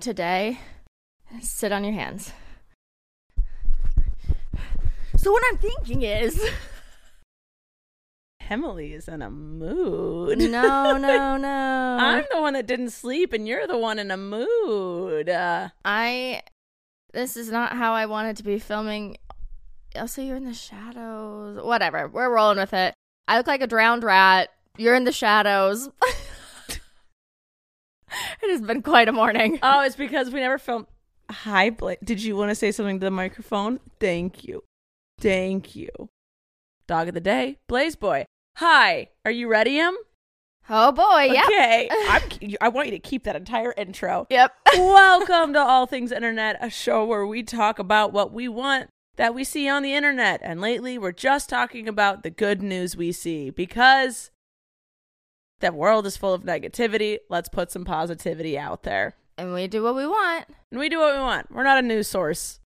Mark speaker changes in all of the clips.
Speaker 1: today. Sit on your hands.
Speaker 2: So what I'm thinking is,
Speaker 3: Emily is in a mood.
Speaker 1: No, no, no.
Speaker 3: I'm the one that didn't sleep, and you're the one in a mood. Uh,
Speaker 1: I. This is not how I wanted to be filming. Also, you're in the shadows. Whatever. We're rolling with it. I look like a drowned rat. You're in the shadows. it has been quite a morning.
Speaker 3: oh, it's because we never filmed. Hi, Blake. Did you want to say something to the microphone? Thank you. Thank you. Dog of the day, Blaze Boy. Hi. Are you ready, Em?
Speaker 1: Oh boy. Yep.
Speaker 3: Okay. I'm, I want you to keep that entire intro.
Speaker 1: Yep.
Speaker 3: Welcome to All Things Internet, a show where we talk about what we want that we see on the internet. And lately, we're just talking about the good news we see because the world is full of negativity. Let's put some positivity out there.
Speaker 1: And we do what we want.
Speaker 3: And we do what we want. We're not a news source.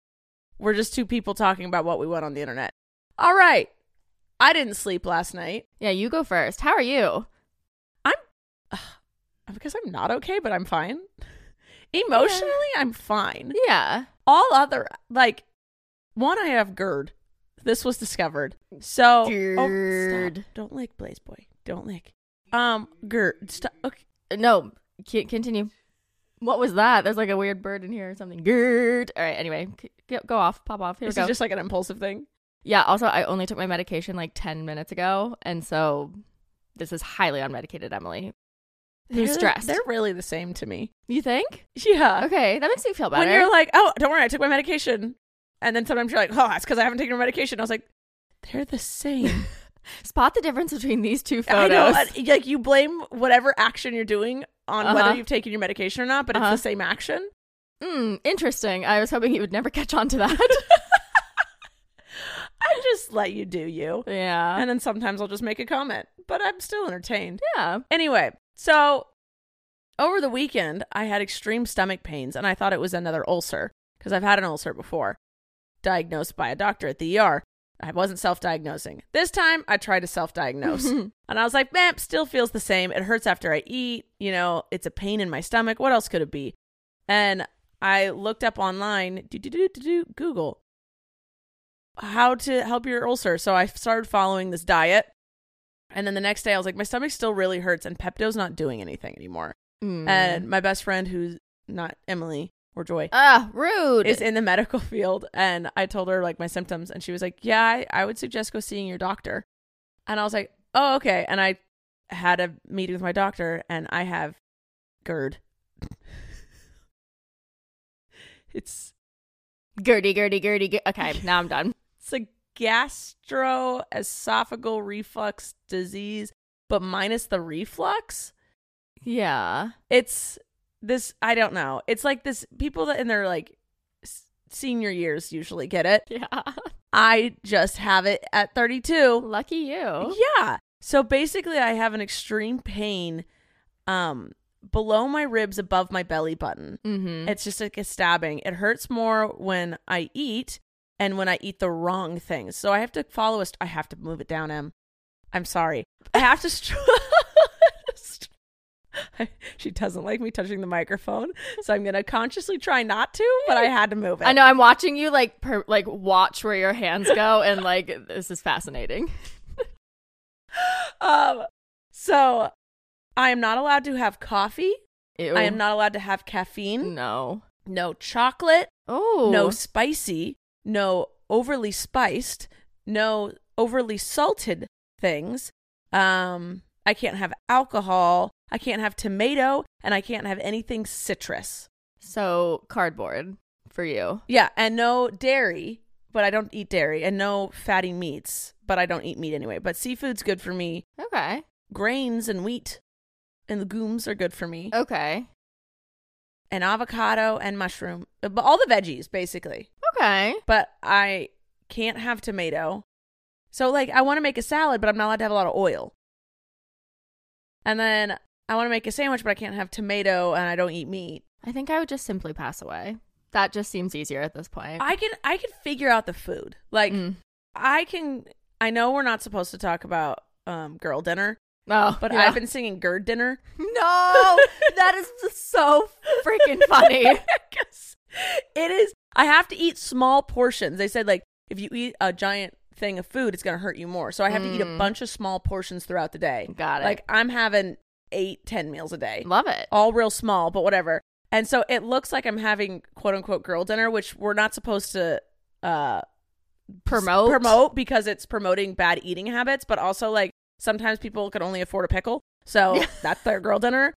Speaker 3: We're just two people talking about what we want on the internet. All right. I didn't sleep last night.
Speaker 1: Yeah, you go first. How are you?
Speaker 3: because I'm not okay, but I'm fine. Emotionally, I'm fine.
Speaker 1: Yeah.
Speaker 3: All other like one, I have GERD. This was discovered. So Oh,
Speaker 1: GERD.
Speaker 3: stop. don't lick Blaze Boy. Don't lick. Um, GERD. Stop. Okay.
Speaker 1: No. c- Continue. What was that? There's like a weird bird in here or something. Gerd. All right. Anyway, c- go go off. Pop off. Here we
Speaker 3: This
Speaker 1: go.
Speaker 3: is just like an impulsive thing.
Speaker 1: Yeah, also I only took my medication like 10 minutes ago, and so this is highly unmedicated Emily. Who's
Speaker 3: They're-
Speaker 1: stressed?
Speaker 3: They're really the same to me.
Speaker 1: You think?
Speaker 3: Yeah.
Speaker 1: Okay, that makes me feel better.
Speaker 3: When you're like, oh, don't worry, I took my medication, and then sometimes you're like, oh, it's because I haven't taken my medication. I was like, they're the same.
Speaker 1: Spot the difference between these two
Speaker 3: I
Speaker 1: photos.
Speaker 3: know, uh, like you blame whatever action you're doing on
Speaker 1: Uh-huh.
Speaker 3: whether you've taken your medication or not, but
Speaker 1: Uh-huh.
Speaker 3: it's the same action.
Speaker 1: Mm, interesting. I was hoping you would never catch on to that.
Speaker 3: I just let you do you.
Speaker 1: yeah.
Speaker 3: And then sometimes I'll just make a comment, but I'm still entertained.
Speaker 1: Yeah.
Speaker 3: Anyway, so over the weekend, I had extreme stomach pains and I thought it was another ulcer because I've had an ulcer before, diagnosed by a doctor at the ER. I wasn't self diagnosing. This time I tried to self diagnose. and I was like, man, still feels the same. It hurts after I eat. You know, it's a pain in my stomach. What else could it be? And I looked up online, do, do, do, do, do, Google, how to help your ulcer. So I started following this diet. And then the next day, I was like, my stomach still really hurts, and Pepto's not doing anything anymore.
Speaker 1: Mm.
Speaker 3: And my best friend, who's not Emily or Joy,
Speaker 1: ah, rude.
Speaker 3: is in the medical field, and I told her like my symptoms, and she was like, "Yeah, I, I would suggest go seeing your doctor." And I was like, "Oh, okay." And I had a meeting with my doctor, and I have GERD. it's
Speaker 1: Gertie, Gertie, Gertie. Ger- okay, now I'm done.
Speaker 3: it's a gastroesophageal reflux disease, but minus the reflux.
Speaker 1: Yeah.
Speaker 3: it's this i don't know it's like this people that in their like s- senior years usually get it
Speaker 1: Yeah.
Speaker 3: i just have it at 32
Speaker 1: Lucky you.
Speaker 3: yeah so basically i have an extreme pain um below my ribs above my belly button
Speaker 1: Mm-hmm.
Speaker 3: it's just like a stabbing it hurts more when i eat and when i eat the wrong things so i have to follow a st- i have to move it down em i'm sorry i have to str- she doesn't like me touching the microphone so i'm gonna consciously try not to but i had to move it
Speaker 1: I know. I'm watching you like per- like watch where your hands go, and like this is fascinating.
Speaker 3: um so i am not allowed to have coffee
Speaker 1: Ew.
Speaker 3: i am not allowed to have caffeine
Speaker 1: No.
Speaker 3: no chocolate
Speaker 1: Oh.
Speaker 3: no spicy, no overly spiced, no overly salted things. Um, I can't have alcohol. I can't have tomato, and I can't have anything citrus.
Speaker 1: So cardboard for you.
Speaker 3: Yeah, and no dairy, but I don't eat dairy, and no fatty meats, but I don't eat meat anyway. But seafood's good for me.
Speaker 1: Okay. Oh.
Speaker 3: Grains and wheat and legumes are good for me.
Speaker 1: Okay.
Speaker 3: and avocado and mushroom, uh, but all the veggies basically.
Speaker 1: Okay.
Speaker 3: But I can't have tomato. So like I want to make a salad, but I'm not allowed to have a lot of oil. And then I want to make a sandwich, but I can't have tomato and I don't eat meat.
Speaker 1: I think I would just simply pass away. That just seems easier at this point.
Speaker 3: I can I can figure out the food. Like
Speaker 1: Mm.
Speaker 3: I can I know we're not supposed to talk about um girl dinner,
Speaker 1: Oh,
Speaker 3: but
Speaker 1: yeah. Oh.
Speaker 3: I've been singing gird dinner
Speaker 1: No, that is just so freaking funny.
Speaker 3: 'Cause it is. I have to eat small portions. They said like if you eat a giant thing of food, it's gonna hurt you more. So I have to eat a
Speaker 1: Mm.
Speaker 3: bunch of small portions throughout the day.
Speaker 1: Got it.
Speaker 3: Like I'm having eight, ten meals a day,
Speaker 1: Love it.
Speaker 3: all real small, but whatever. And so it looks like I'm having quote unquote girl dinner, which we're not supposed to uh
Speaker 1: Promote.
Speaker 3: promote because it's promoting bad eating habits, but also like sometimes people can only afford a pickle, so that's their girl dinner.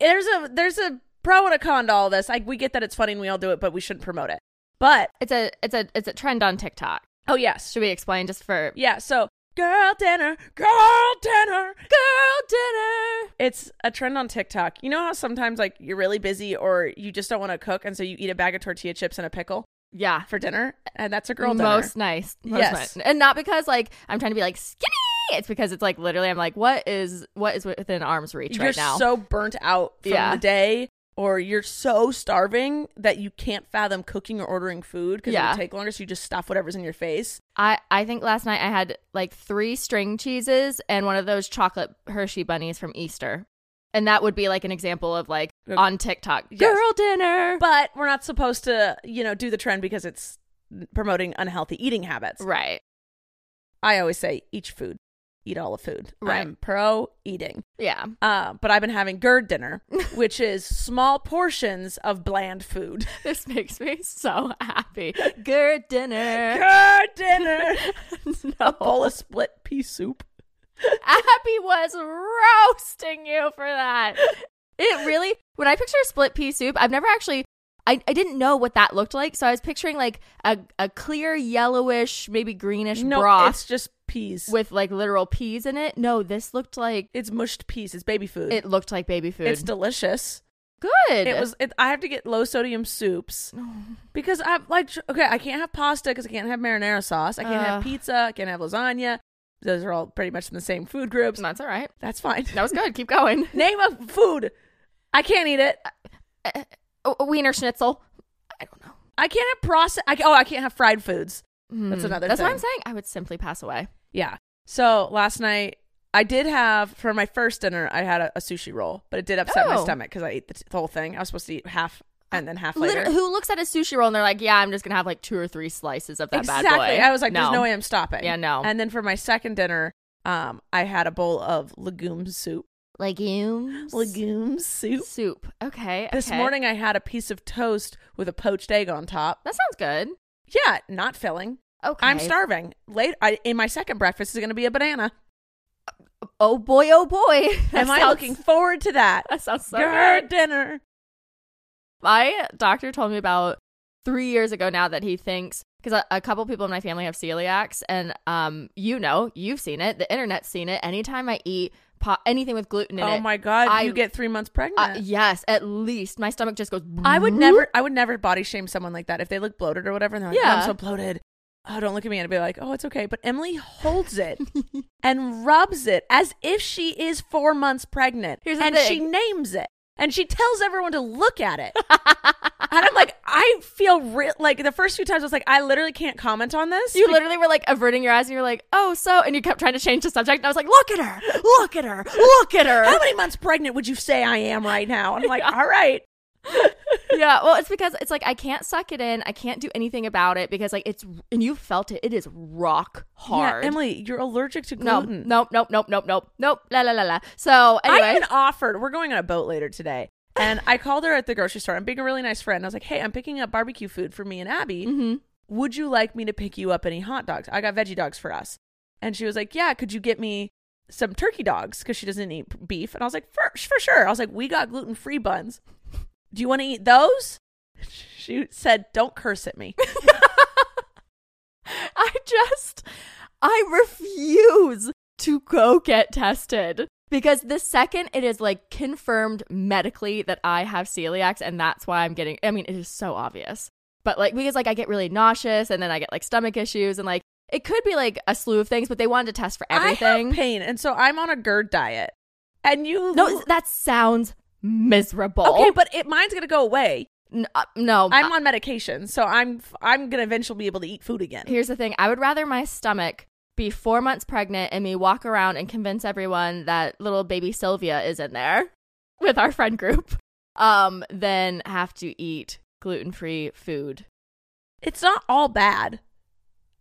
Speaker 3: There's a there's a pro and a con to all this. Like we get that it's funny and we all do it, but we shouldn't promote it. But
Speaker 1: It's a it's a it's a trend on TikTok.
Speaker 3: oh yes,
Speaker 1: Should we explain just for
Speaker 3: yeah. So girl dinner, girl dinner, girl dinner. It's a trend on TikTok. You know how sometimes like you're really busy or you just don't want to cook, and so you eat a bag of tortilla chips and a pickle
Speaker 1: yeah
Speaker 3: for dinner, and that's a girl dinner.
Speaker 1: most nice most
Speaker 3: Yes.
Speaker 1: nice. and not because like I'm trying to be like skinny. It's because it's like literally I'm like what is what is within arm's reach
Speaker 3: you're
Speaker 1: right now.
Speaker 3: so burnt out from
Speaker 1: Yeah.
Speaker 3: the day or you're so starving that you can't fathom cooking or ordering food because
Speaker 1: Yeah.
Speaker 3: it'll take longer so you just stuff whatever's in your face
Speaker 1: I I think last night I had like three string cheeses and one of those chocolate Hershey bunnies from Easter, and that would be like an example of like
Speaker 3: Okay.
Speaker 1: on TikTok
Speaker 3: Yes.
Speaker 1: girl dinner.
Speaker 3: but we're not supposed to you know do the trend because it's promoting unhealthy eating habits
Speaker 1: right.
Speaker 3: i always say each food eat all the food
Speaker 1: Right.
Speaker 3: i'm pro eating
Speaker 1: Yeah.
Speaker 3: uh, but i've been having gerd dinner which is small portions of bland food
Speaker 1: This makes me so happy. Girl dinner.
Speaker 3: gerd dinner a bowl
Speaker 1: no.
Speaker 3: of split pea soup
Speaker 1: Abby was roasting you for that. It really, when I picture split pea soup, I've never actually, I, I didn't know what that looked like. So I was picturing like a, a clear yellowish, maybe greenish
Speaker 3: no
Speaker 1: broth
Speaker 3: it's just peas
Speaker 1: with like literal peas in it. No, this looked like,
Speaker 3: It's mushed peas. It's baby food.
Speaker 1: it looked like baby food.
Speaker 3: It's delicious.
Speaker 1: good.
Speaker 3: It was. It, I have to get low sodium soups because I like. tr- Okay, I can't have pasta because I can't have marinara sauce. I can't have
Speaker 1: Ugh.
Speaker 3: pizza. I can't have lasagna. Those are all pretty much in the same food groups.
Speaker 1: That's all right.
Speaker 3: That's fine.
Speaker 1: That was good. Keep going.
Speaker 3: Name a food. I can't eat it.
Speaker 1: Oh, wiener schnitzel. I don't know.
Speaker 3: I can't have processed. I, ca- oh, I can't have fried foods. That's
Speaker 1: Hmm.
Speaker 3: another
Speaker 1: That's what
Speaker 3: thing.
Speaker 1: I'm saying. I would simply pass away.
Speaker 3: Yeah. So last night I did have for my first dinner I had a, a sushi roll, but it did upset my
Speaker 1: Oh.
Speaker 3: stomach because I ate the, t- the whole thing. I was supposed to eat half and then half later.
Speaker 1: Liter- who looks at a sushi roll and they're like, "Yeah, I'm just gonna have like two or three slices of that
Speaker 3: exactly.
Speaker 1: bad boy."
Speaker 3: I was like, there's no way I'm stopping.
Speaker 1: Yeah, no.
Speaker 3: And then for my second dinner, um, I had a bowl of legume soup.
Speaker 1: legumes,
Speaker 3: Legume soup.
Speaker 1: soup. Okay,
Speaker 3: This
Speaker 1: okay.
Speaker 3: morning I had a piece of toast with a poached egg on top.
Speaker 1: That sounds good.
Speaker 3: Yeah, not filling.
Speaker 1: Okay,
Speaker 3: I'm starving. Late I, in my second breakfast is going to be a banana.
Speaker 1: Oh boy, oh boy. That
Speaker 3: Am I
Speaker 1: sounds-
Speaker 3: looking forward to that?
Speaker 1: That sounds so
Speaker 3: Grr,
Speaker 1: good.
Speaker 3: dinner.
Speaker 1: My doctor told me about three years ago now that he thinks because a, a couple people in my family have celiacs, and um, you know, you've seen it, the internet's seen it. Anytime I eat po- anything with gluten in
Speaker 3: Oh
Speaker 1: it,
Speaker 3: my god,
Speaker 1: I-
Speaker 3: you get 3 months
Speaker 1: uh,
Speaker 3: pregnant.
Speaker 1: yes, at least my stomach just goes.
Speaker 3: I
Speaker 1: Mm-hmm.
Speaker 3: would never I would never body shame someone like that if they look bloated or whatever and they're like, oh,
Speaker 1: Yeah.
Speaker 3: I'm so bloated. Oh, don't look at me and I'd be like, Oh, it's okay. But Emily holds it and rubs it as if she is four months pregnant.
Speaker 1: Here's the
Speaker 3: and she
Speaker 1: thing.
Speaker 3: names it. And she tells everyone to look at it. and I'm like, I feel re- like the first few times I was like, I literally can't comment on this.
Speaker 1: You
Speaker 3: be-
Speaker 1: literally were like averting your eyes and you were like, oh, so. And you kept trying to change the subject. And I was like, look at her. Look at her. Look at her.
Speaker 3: How many months pregnant would you say I am right now? And I'm like, all right.
Speaker 1: yeah. Well, it's because it's like I can't suck it in. I can't do anything about it because, like, it's, and you felt it. It is rock hard.
Speaker 3: Yeah, Emily, you're allergic to
Speaker 1: no, mm,
Speaker 3: gluten.
Speaker 1: nope, nope, nope, nope, nope, nope. La, la, la, la. So,
Speaker 3: I
Speaker 1: anyway.
Speaker 3: even offered. We're going on a boat later today, and I called her at the grocery store. I'm being a really nice friend. I was like, "Hey, I'm picking up barbecue food for me and Abby. Would you like me to pick you up any hot dogs? I got veggie dogs for us." And she was like, "Yeah, could you get me some turkey dogs because she doesn't eat beef?" And I was like, "For for sure." I was like, "We got gluten free buns. Do you want to eat those?" She said, "Don't curse at me."
Speaker 1: I just, I refuse to go get tested. Because the second it is like confirmed medically that I have celiacs and that's why I'm getting I mean it is so obvious. But like because like I get really nauseous and then I get like stomach issues and like it could be like a slew of things but they wanted to test for
Speaker 3: I
Speaker 1: everything.
Speaker 3: have pain, and so I'm on a GERD diet. And you
Speaker 1: no, that sounds miserable.
Speaker 3: okay, but it mine's gonna go away.
Speaker 1: N- uh, no.
Speaker 3: I'm on medication, so I'm I'm gonna eventually be able to eat food again.
Speaker 1: Here's the thing I would rather my stomach be four months pregnant and me walk around and convince everyone that little baby Sylvia is in there with our friend group um, than have to eat gluten free food.
Speaker 3: It's not all bad.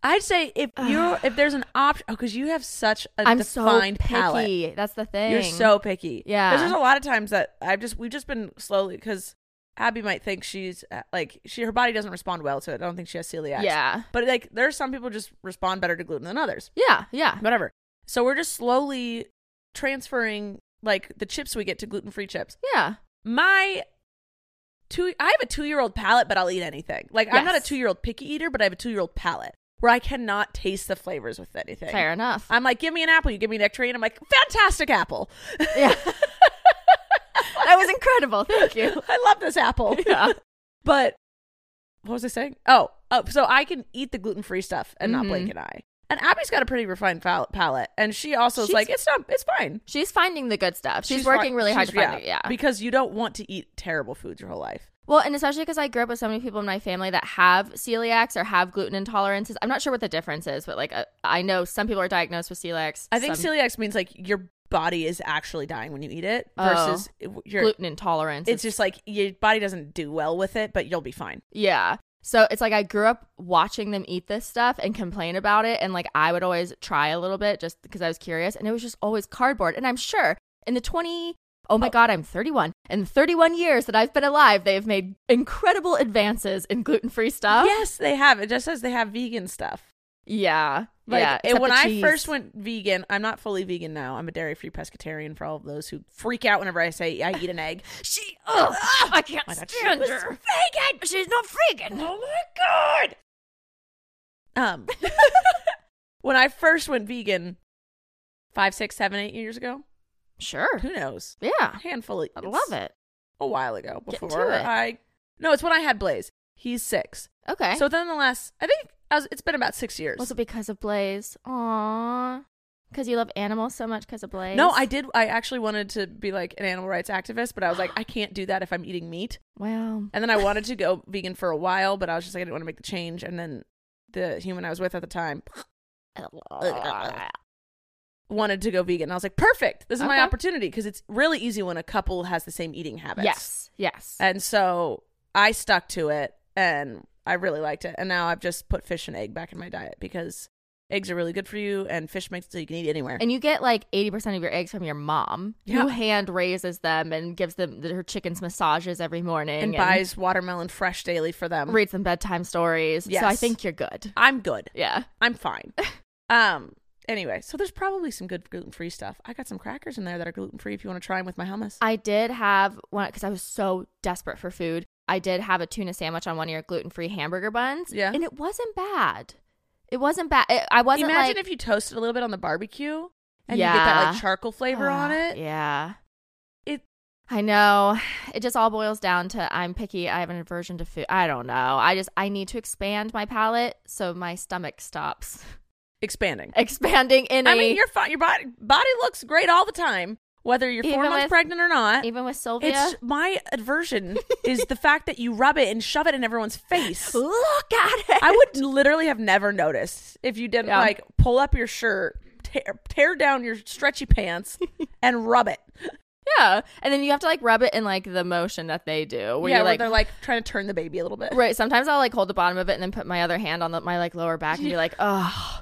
Speaker 3: I'd say if you if there's an option, oh, because you have such a
Speaker 1: I'm so picky.
Speaker 3: defined palate.
Speaker 1: That's the thing.
Speaker 3: You're so picky.
Speaker 1: Yeah.
Speaker 3: 'Cause there's a lot of times that I've just we've just been slowly because Abby might think she's uh, like she her body doesn't respond well to it. I don't think she has celiac.
Speaker 1: Yeah.
Speaker 3: But like there's some people just respond better to gluten than others.
Speaker 1: Yeah. Yeah.
Speaker 3: Whatever. So we're just slowly transferring like the chips we get to gluten free chips.
Speaker 1: Yeah.
Speaker 3: My two I have a two year old palate, but I'll eat anything. Like I'm not a
Speaker 1: Yes.
Speaker 3: two year old picky eater, but I have a two year old palate where I cannot taste the flavors with anything.
Speaker 1: Fair enough.
Speaker 3: I'm like, give me an apple, you give me nectarine. I'm like, fantastic apple.
Speaker 1: yeah. that was incredible. Thank you.
Speaker 3: I love this apple.
Speaker 1: Yeah.
Speaker 3: But what was I saying? Oh, oh, so I can eat the gluten free stuff and not
Speaker 1: Mhm.
Speaker 3: blink an eye. And Abby's got a pretty refined pal- palate, and she also is
Speaker 1: She's-
Speaker 3: like, it's not, it's fine.
Speaker 1: She's finding the good stuff. She's, working
Speaker 3: fi-
Speaker 1: really hard to
Speaker 3: she's-
Speaker 1: find it. Yeah.
Speaker 3: because you don't want to eat terrible foods your whole life.
Speaker 1: Well, and especially because I grew up with so many people in my family that have celiacs or have gluten intolerances. I'm not sure what the difference is, but like uh, I know some people are diagnosed with celiacs.
Speaker 3: I think
Speaker 1: some
Speaker 3: celiacs means like your body is actually dying when you eat it
Speaker 1: Oh.
Speaker 3: versus your.
Speaker 1: gluten intolerance.
Speaker 3: It's
Speaker 1: is-
Speaker 3: just like your body doesn't do well with it, but you'll be fine.
Speaker 1: yeah. So it's like I grew up watching them eat this stuff and complain about it, and like I would always try a little bit just because I was curious, and it was just always cardboard. And I'm sure in the 20 oh my god, I'm 31. In 31 years that I've been alive, they have made incredible advances in gluten free stuff.
Speaker 3: Yes, they have. It just says they have vegan stuff.
Speaker 1: yeah,
Speaker 3: Like,
Speaker 1: yeah.
Speaker 3: and
Speaker 1: except
Speaker 3: when
Speaker 1: the
Speaker 3: I
Speaker 1: cheese.
Speaker 3: first went vegan, I'm not fully vegan now. I'm a dairy free pescatarian for all of those who freak out whenever I say I eat an egg.
Speaker 2: She, ugh, I can't
Speaker 3: my God, she
Speaker 2: stand
Speaker 3: was
Speaker 2: her. Vegan. She's not vegan. Oh my god.
Speaker 3: Um, when I first went vegan, five, six, seven, eight years ago,
Speaker 1: sure,
Speaker 3: who knows?
Speaker 1: yeah,
Speaker 3: A handful of
Speaker 1: I
Speaker 3: it's
Speaker 1: love it.
Speaker 3: A while ago,
Speaker 1: Get to
Speaker 3: before
Speaker 1: it.
Speaker 3: I no, it's when I had Blaze. He's six.
Speaker 1: Okay.
Speaker 3: So then the last, I think I was, it's been about six years.
Speaker 1: was it because of Blaze? Aww. Because you love animals so much because of Blaze?
Speaker 3: No, I did. I actually wanted to be like an animal rights activist, but I was like, I can't do that if I'm eating meat.
Speaker 1: Wow.
Speaker 3: And then I wanted to go vegan for a while, but I was just like, I didn't want to make the change. And then the human I was with at the time wanted to go vegan. I was like, perfect. This is my
Speaker 1: Okay.
Speaker 3: opportunity because it's really easy when a couple has the same eating habits.
Speaker 1: yes. Yes.
Speaker 3: And so I stuck to it and I really liked it. And now I've just put fish and egg back in my diet because eggs are really good for you and fish makes it so you can eat anywhere.
Speaker 1: and you get like 80% of your eggs from your mom,
Speaker 3: Yeah.
Speaker 1: who hand raises them and gives them the, her chickens massages every morning
Speaker 3: And buys watermelon fresh daily for them.
Speaker 1: reads them bedtime stories. So I
Speaker 3: Yes.
Speaker 1: think you're good.
Speaker 3: I'm good.
Speaker 1: Yeah.
Speaker 3: I'm fine. um. Anyway, so there's probably some good gluten free stuff. I got some crackers in there that are gluten free. If you want to try them with my hummus,
Speaker 1: I did have one because I was so desperate for food. I did have a tuna sandwich on one of your gluten free hamburger buns.
Speaker 3: Yeah.
Speaker 1: And it wasn't bad. It wasn't bad. It, I wasn't
Speaker 3: imagine
Speaker 1: like,
Speaker 3: if you toast it a little bit on the barbecue and you get that
Speaker 1: Yeah.
Speaker 3: like charcoal flavor on
Speaker 1: Ugh,
Speaker 3: it.
Speaker 1: Yeah.
Speaker 3: It-
Speaker 1: I know. It just all boils down to I'm picky. I have an aversion to food. I don't know. I just I need to expand my palate so my stomach stops
Speaker 3: Expanding.
Speaker 1: expanding in
Speaker 3: I
Speaker 1: a-
Speaker 3: mean, your fi- your body body looks great all the time, whether you're four
Speaker 1: Even
Speaker 3: months
Speaker 1: with-
Speaker 3: pregnant or not.
Speaker 1: even with Sylvia.
Speaker 3: It's my aversion is the fact that you rub it and shove it in everyone's face.
Speaker 1: Look at it.
Speaker 3: I would literally have never noticed if you didn't
Speaker 1: Yeah.
Speaker 3: like pull up your shirt, tear, tear down your stretchy pants, and rub it.
Speaker 1: yeah. And then you have to like rub it in like the motion that they do. Where
Speaker 3: yeah,
Speaker 1: you're
Speaker 3: where
Speaker 1: like,
Speaker 3: they're like trying to turn the baby a little bit.
Speaker 1: right. Sometimes I'll like hold the bottom of it and then put my other hand on the, my like lower back and be like, oh,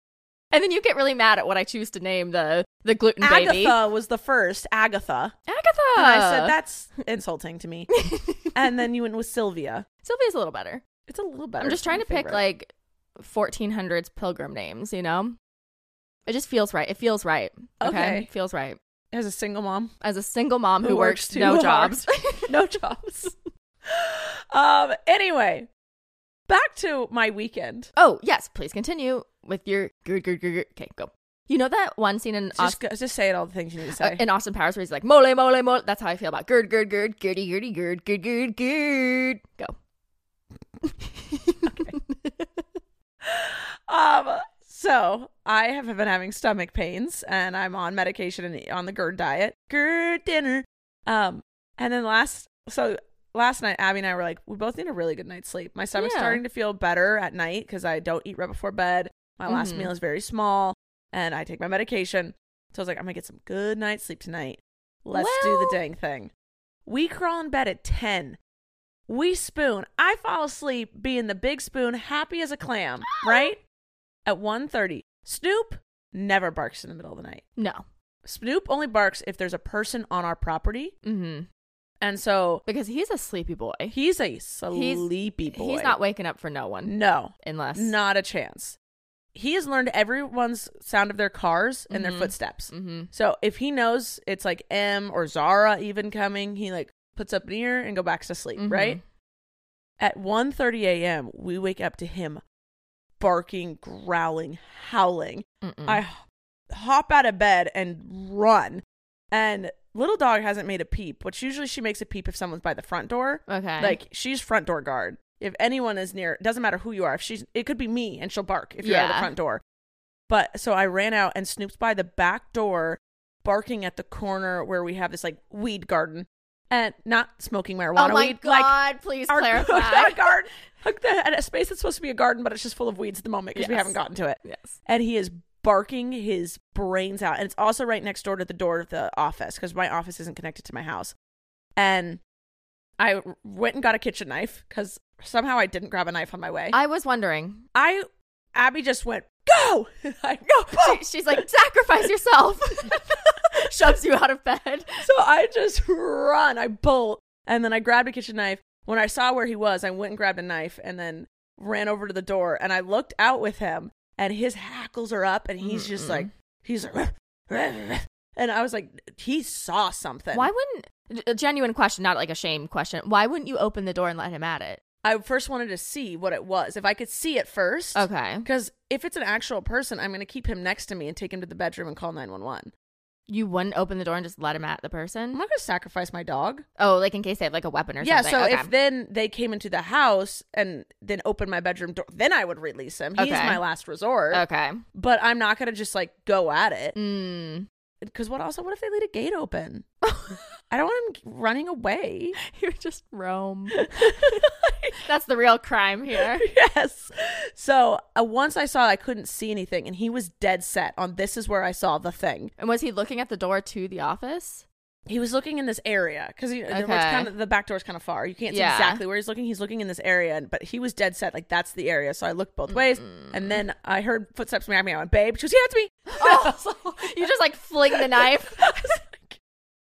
Speaker 1: And then you get really mad at what I choose to name the the gluten baby.
Speaker 3: Agatha was the first. Agatha.
Speaker 1: Agatha.
Speaker 3: And I said, that's insulting to me. and then you went with Sylvia.
Speaker 1: Sylvia's a little better.
Speaker 3: It's a little better.
Speaker 1: I'm just
Speaker 3: It's my
Speaker 1: trying to pick
Speaker 3: favorite.
Speaker 1: like 1400s pilgrim names, you know? It just feels right. It feels right. Okay.
Speaker 3: Okay.
Speaker 1: Feels right.
Speaker 3: As a single mom
Speaker 1: As a single mom who, works,
Speaker 3: too
Speaker 1: no
Speaker 3: hard.
Speaker 1: jobs.
Speaker 3: no jobs. um. Anyway, back to my weekend.
Speaker 1: oh, yes. Please continue with your. grr, grr, grr, grr. Okay, go. You know that one scene in
Speaker 3: Just,
Speaker 1: Austin,
Speaker 3: go, just say it all the things you need to
Speaker 1: uh,
Speaker 3: say.
Speaker 1: in Austin Powers where he's like, mole, mole, mole. That's how I feel about gird, gird, gird, girdy, girdy, gird, gird, gird, gird. Go.
Speaker 3: um. So I have been having stomach pains, and I'm on medication and on the GERD diet. GERD dinner. Um. And then last, so last night, Abby and I were like, we both need a really good night's sleep. My stomach's
Speaker 1: Yeah.
Speaker 3: starting to feel better at night because I don't eat right before bed. My last
Speaker 1: Mhm.
Speaker 3: meal is very small, and I take my medication. So I was like, I'm gonna get some good night's sleep tonight. Let's do
Speaker 1: Well-
Speaker 3: the dang thing. We crawl in bed at ten. We spoon. I fall asleep being the big spoon, happy as a clam,
Speaker 1: Ah!
Speaker 3: right? At 1.30. Snoop never barks in the middle of the night.
Speaker 1: No.
Speaker 3: Snoop only barks if there's a person on our property.
Speaker 1: Mm-hmm.
Speaker 3: And so
Speaker 1: Because he's a sleepy boy.
Speaker 3: he's a sleepy
Speaker 1: he's,
Speaker 3: boy.
Speaker 1: He's not waking up for no one.
Speaker 3: No.
Speaker 1: Unless.
Speaker 3: Not a chance. He has learned everyone's sound of their cars and their
Speaker 1: Mhm.
Speaker 3: footsteps.
Speaker 1: Mm-hmm.
Speaker 3: So if he knows it's like M or Zara even coming, he like puts up an ear and go back to sleep,
Speaker 1: Mhm.
Speaker 3: right? At 1:30 a.m., we wake up to him barking, growling, howling.
Speaker 1: Mm-mm.
Speaker 3: I h- hop out of bed and run. And little dog hasn't made a peep, which usually she makes a peep if someone's by the front door.
Speaker 1: Okay.
Speaker 3: Like she's front door guard. If anyone is near, it doesn't matter who you are. If she's, it could be me, and she'll bark if you're out of the
Speaker 1: Yeah.
Speaker 3: front door. But so I ran out, and Snoop's by the back door, barking at the corner where we have this like weed garden, and not smoking marijuana.
Speaker 1: oh my
Speaker 3: weed,
Speaker 1: god!
Speaker 3: like
Speaker 1: please
Speaker 3: our
Speaker 1: clarify.
Speaker 3: our garden, like the- and a space that's supposed to be a garden, but it's just full of weeds at the moment because we
Speaker 1: Yes.
Speaker 3: haven't gotten to it.
Speaker 1: yes.
Speaker 3: And he is barking his brains out, and it's also right next door to the door of the office because my office isn't connected to my house. And I went and got a kitchen knife because somehow I didn't grab a knife on my way.
Speaker 1: I was wondering.
Speaker 3: I Abby just went go. I, go.
Speaker 1: She- she's like, sacrifice yourself. Shoves you out of bed.
Speaker 3: so I just run, I bolt, and then I grabbed a kitchen knife. When I saw where he was, I went and grabbed a knife and then ran over to the door and I looked out with him and his hackles are up and he's just
Speaker 1: Mm-mm.
Speaker 3: like he's like and I was like he saw something.
Speaker 1: Why wouldn't a genuine question, not like a shame question? Why wouldn't you open the door and let him at it?
Speaker 3: I first wanted to see what it was. If I could see it first.
Speaker 1: Okay.
Speaker 3: Because if it's an actual person, I'm going to keep him next to me and take him to the bedroom and call 911.
Speaker 1: You wouldn't open the door and just let him at the
Speaker 3: I'm
Speaker 1: person?
Speaker 3: not going to sacrifice my dog.
Speaker 1: Oh, like in case they have like a weapon or
Speaker 3: yeah
Speaker 1: something.
Speaker 3: so
Speaker 1: Okay.
Speaker 3: if then they came into the house and then opened my bedroom door then i would release him he's
Speaker 1: Okay.
Speaker 3: my last resort
Speaker 1: okay.
Speaker 3: but i'm not gonna just like go at it
Speaker 1: Mm.
Speaker 3: because what also what if they leave a gate open i don't want him running away
Speaker 1: You're just Rome. That's the real crime here.
Speaker 3: yes so uh, once i saw i couldn't see anything and he was dead set on this is where i saw the thing
Speaker 1: And was he looking at the door to the office?
Speaker 3: he was looking in this area because you know, it's
Speaker 1: Okay.
Speaker 3: kind of, the back door's kind of far. You can't see
Speaker 1: Yeah.
Speaker 3: exactly where he's looking. He's looking in this area, and- but he was dead set. Like that's the area. So I looked both ways, and then I heard footsteps behind me. I went, "Babe," she goes, "Yeah, it's me."
Speaker 1: Oh, you just like fling the knife.
Speaker 3: I was like-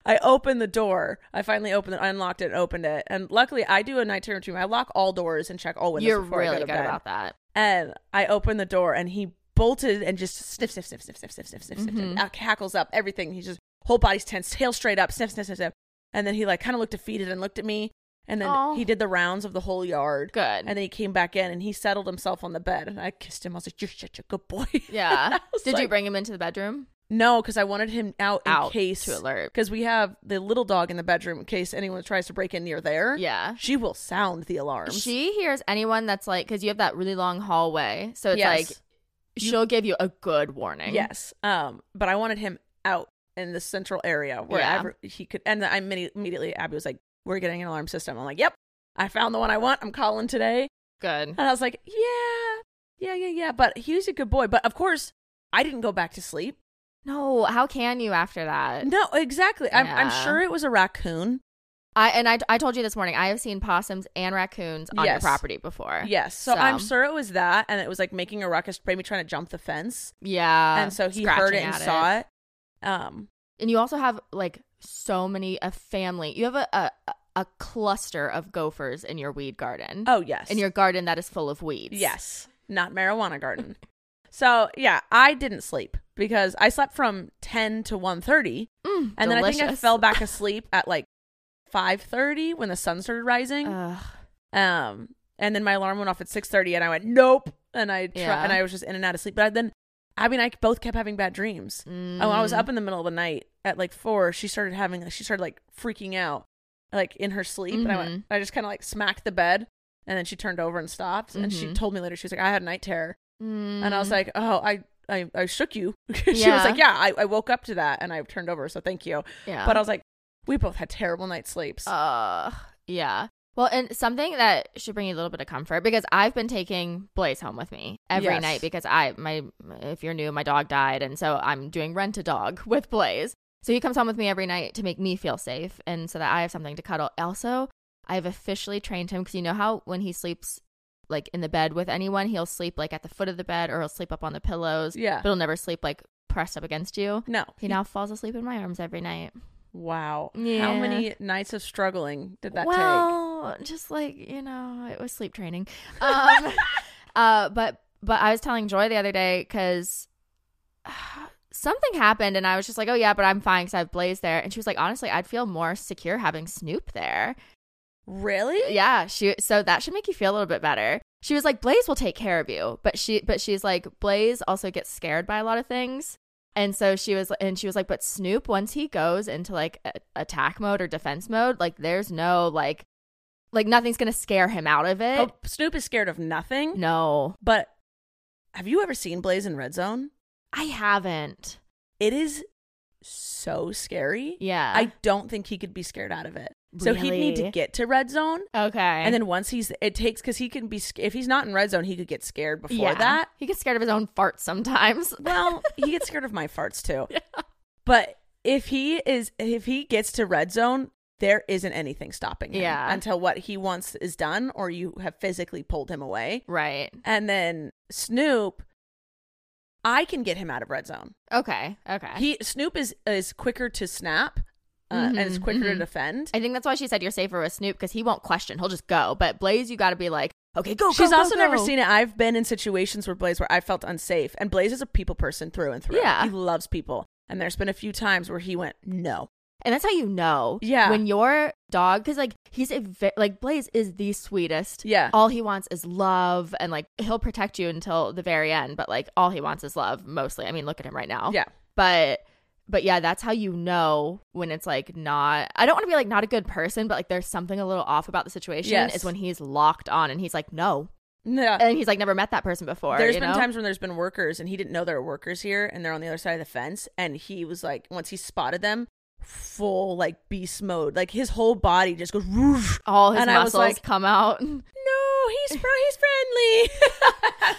Speaker 3: I opened the door. I finally opened it, unlocked it, and opened it. And luckily, I do a nighttime routine. I lock all doors and check all windows.
Speaker 1: You're
Speaker 3: before I
Speaker 1: really
Speaker 3: go to
Speaker 1: good
Speaker 3: bed.
Speaker 1: about that.
Speaker 3: And um, I opened the door, and he bolted and just sniff, sniff, sniff, sniff, sniff, sniff, sniff, sniff, sniff.
Speaker 1: Mm-hmm.
Speaker 3: Uh, hackles up everything. He's just whole body's tense, tail straight up, sniff, sniff, sniff, sniff. And then he like kind of looked defeated and looked at me. And then
Speaker 1: Aw.
Speaker 3: he did the rounds of the whole yard.
Speaker 1: Good.
Speaker 3: And then he came back in and he settled himself on the bed. And I kissed him. I was like, "You're such a good boy."
Speaker 1: Yeah.
Speaker 3: I was
Speaker 1: Did you
Speaker 3: like-
Speaker 1: bring him into the bedroom?
Speaker 3: No, because I wanted him out, in
Speaker 1: Out
Speaker 3: case
Speaker 1: to alert.
Speaker 3: Because we have the little dog in the bedroom in case anyone tries to break in near there.
Speaker 1: Yeah.
Speaker 3: she will sound the alarm.
Speaker 1: She hears anyone that's like, because you have that really long hallway. So it's
Speaker 3: Yes.
Speaker 1: like, she'll give you a good warning.
Speaker 3: Yes. Um, but I wanted him out in the central area where
Speaker 1: Yeah.
Speaker 3: ever- he could. And I immedi- immediately Abby was like, "We're getting an alarm system." I'm like, "Yep, I found the one I want. I'm calling today."
Speaker 1: Good.
Speaker 3: And I was like, "Yeah, yeah, yeah, yeah." But he was a good boy. But of course, I didn't go back to sleep.
Speaker 1: No, how can you after that?
Speaker 3: No, exactly. I'm, I'm
Speaker 1: Yeah.
Speaker 3: sure it was a raccoon.
Speaker 1: I and I, I told you this morning. I have seen possums and raccoons on your
Speaker 3: Yes.
Speaker 1: property before.
Speaker 3: Yes. So, I'm sure it was that, and it was like making a ruckus, maybe trying to jump the fence.
Speaker 1: Yeah.
Speaker 3: and so he heard it
Speaker 1: Uh, scratching
Speaker 3: and
Speaker 1: at
Speaker 3: saw it. Um,
Speaker 1: And you also have like so many a family. You have a a, a cluster of gophers in your weed garden.
Speaker 3: oh yes,
Speaker 1: In your garden that is full of weeds.
Speaker 3: Yes, not marijuana garden. so yeah, I didn't sleep because I slept from ten to 1.30.
Speaker 1: Mm,
Speaker 3: and then I think I
Speaker 1: delicious.
Speaker 3: fell back asleep at like five thirty when the sun started rising.
Speaker 1: Ugh.
Speaker 3: Um, and then my alarm went off at six thirty, and I went nope, and I try-
Speaker 1: Yeah.
Speaker 3: and I was just in and out of sleep. But I, then, I mean, I both kept having bad dreams. Oh, I was
Speaker 1: Mm.
Speaker 3: up in the middle of the night at like four. She started having she started like freaking out, like in her sleep, and I went.
Speaker 1: Mhm.
Speaker 3: I just kind of like smacked the bed, and then she turned over and stopped, and she
Speaker 1: Mhm.
Speaker 3: told me later she was like, I had night terror,
Speaker 1: Mm.
Speaker 3: and I was like, oh, I. I, I shook you. she was
Speaker 1: Yeah.
Speaker 3: like, Yeah, I, I woke up to that and I turned over, so thank you.
Speaker 1: Yeah.
Speaker 3: But I was like, We both had terrible night sleeps.
Speaker 1: Uh, yeah. Well, and something that should bring you a little bit of comfort because I've been taking Blaze home with me every
Speaker 3: Yes.
Speaker 1: night because I my if you're new, my dog died, and so I'm doing rent a dog with Blaze. So he comes home with me every night to make me feel safe and so that I have something to cuddle. Also, I've officially trained him because you know how when he sleeps like in the bed with anyone, he'll sleep like at the foot of the bed or he'll sleep up on the pillows.
Speaker 3: Yeah.
Speaker 1: But he'll never sleep like pressed up against you.
Speaker 3: No.
Speaker 1: He now falls asleep in my arms every night.
Speaker 3: Wow. How
Speaker 1: Yeah.
Speaker 3: many nights of struggling did that take?
Speaker 1: well, just like you know, it was sleep training. Um, uh, but but I was telling Joy the other day because something happened, and I was just like, oh yeah, but I'm fine because I have Blaze there, and she was like, honestly, I'd feel more secure having Snoop there.
Speaker 3: Really?
Speaker 1: Yeah, she. So that should make you feel a little bit better. She was like, Blaze will take care of you, but she but she's like, Blaze also gets scared by a lot of things. And so she was, and she was like, but Snoop, once he goes into like a- attack mode or defense mode, like there's no like, like nothing's gonna scare him out of it.
Speaker 3: Oh, Snoop is scared of nothing.
Speaker 1: No,
Speaker 3: But have you ever seen Blaze in Red Zone?
Speaker 1: I haven't.
Speaker 3: It is so scary.
Speaker 1: Yeah.
Speaker 3: I don't think he could be scared out of it. So he'd need to
Speaker 1: Really?
Speaker 3: get to Red Zone.
Speaker 1: Okay.
Speaker 3: And then once he's, it takes, because he can be, sc- if he's not in Red Zone, he could get scared before
Speaker 1: Yeah.
Speaker 3: that.
Speaker 1: he gets scared of his own farts sometimes.
Speaker 3: Well, he gets scared of my farts too. But if he is if he gets to red zone, there isn't anything stopping him
Speaker 1: Yeah.
Speaker 3: until what he wants is done or you have physically pulled him away.
Speaker 1: right.
Speaker 3: And then Snoop I can get him out of red zone.
Speaker 1: Okay. Okay.
Speaker 3: He Snoop is is quicker to snap uh, and is
Speaker 1: Mhm,
Speaker 3: quicker to
Speaker 1: mhm.
Speaker 3: defend.
Speaker 1: I think that's why she said you're safer with Snoop because he won't question. He'll just go. But Blaze, you got to be like, okay, go.
Speaker 3: She's
Speaker 1: go, go,
Speaker 3: also never
Speaker 1: go."
Speaker 3: seen it. I've been in situations where Blaze where I felt unsafe, and Blaze is a people person through and through.
Speaker 1: Yeah.
Speaker 3: he loves people, and there's been a few times where he went no.
Speaker 1: And that's how you know.
Speaker 3: Yeah.
Speaker 1: When your dog, because like he's a, ve- like Blaze is the sweetest.
Speaker 3: Yeah.
Speaker 1: All he wants is love and like he'll protect you until the very end, but like all he wants is love mostly. I mean, look at him right now.
Speaker 3: Yeah.
Speaker 1: But, but yeah, that's how you know when it's like not, I don't want to be like not a good person, but like there's something a little off about the situation
Speaker 3: Yes.
Speaker 1: is when he's locked on and he's like, no.
Speaker 3: Yeah.
Speaker 1: And he's like never met that person before.
Speaker 3: There's
Speaker 1: you
Speaker 3: been
Speaker 1: know?
Speaker 3: times when there's been workers and he didn't know there were workers here and they're on the other side of the fence and he was like once he spotted them full like beast mode like his whole body just goes Woof.
Speaker 1: all his
Speaker 3: and I was
Speaker 1: muscles
Speaker 3: like
Speaker 1: come out.
Speaker 3: no he's fr- he's friendly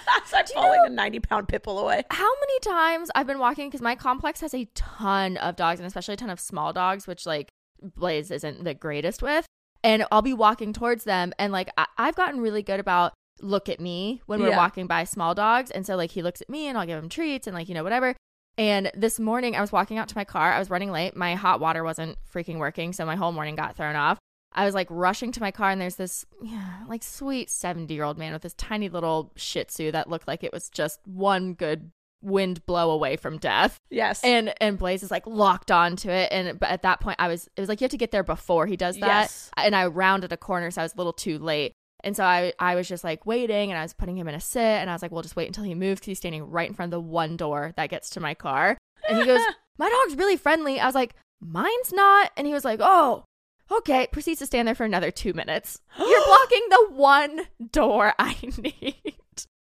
Speaker 3: so I'm pulling a 90 pound pitbull away
Speaker 1: how many times I've been walking because my complex has a ton of dogs and especially a ton of small dogs, which like Blaze isn't the greatest with. And I'll be walking towards them, and like I- I've gotten really good about look at me when we're
Speaker 3: Yeah.
Speaker 1: walking by small dogs, and so like he looks at me, and I'll give him treats, and like you know whatever. And this morning I was walking out to my car. I was running late. My hot water wasn't freaking working, so my whole morning got thrown off. I was like rushing to my car, and there's this yeah, like sweet 70 year old man with this tiny little Shih Tzu that looked like it was just one good wind blow away from death.
Speaker 3: yes
Speaker 1: And and Blaze is like locked onto it, and but at that point I was it was like you have to get there before he does that,
Speaker 3: Yes.
Speaker 1: and I rounded a corner, so I was a little too late. And so I, I was just like waiting and I was putting him in a sit and I was like, we'll just wait until he moves 'cause he's standing right in front of the one door that gets to my car. And he goes, My dog's really friendly. I was like, Mine's not. And he was like, Oh, okay. Proceeds to stand there for another two minutes. You're blocking the one door I need.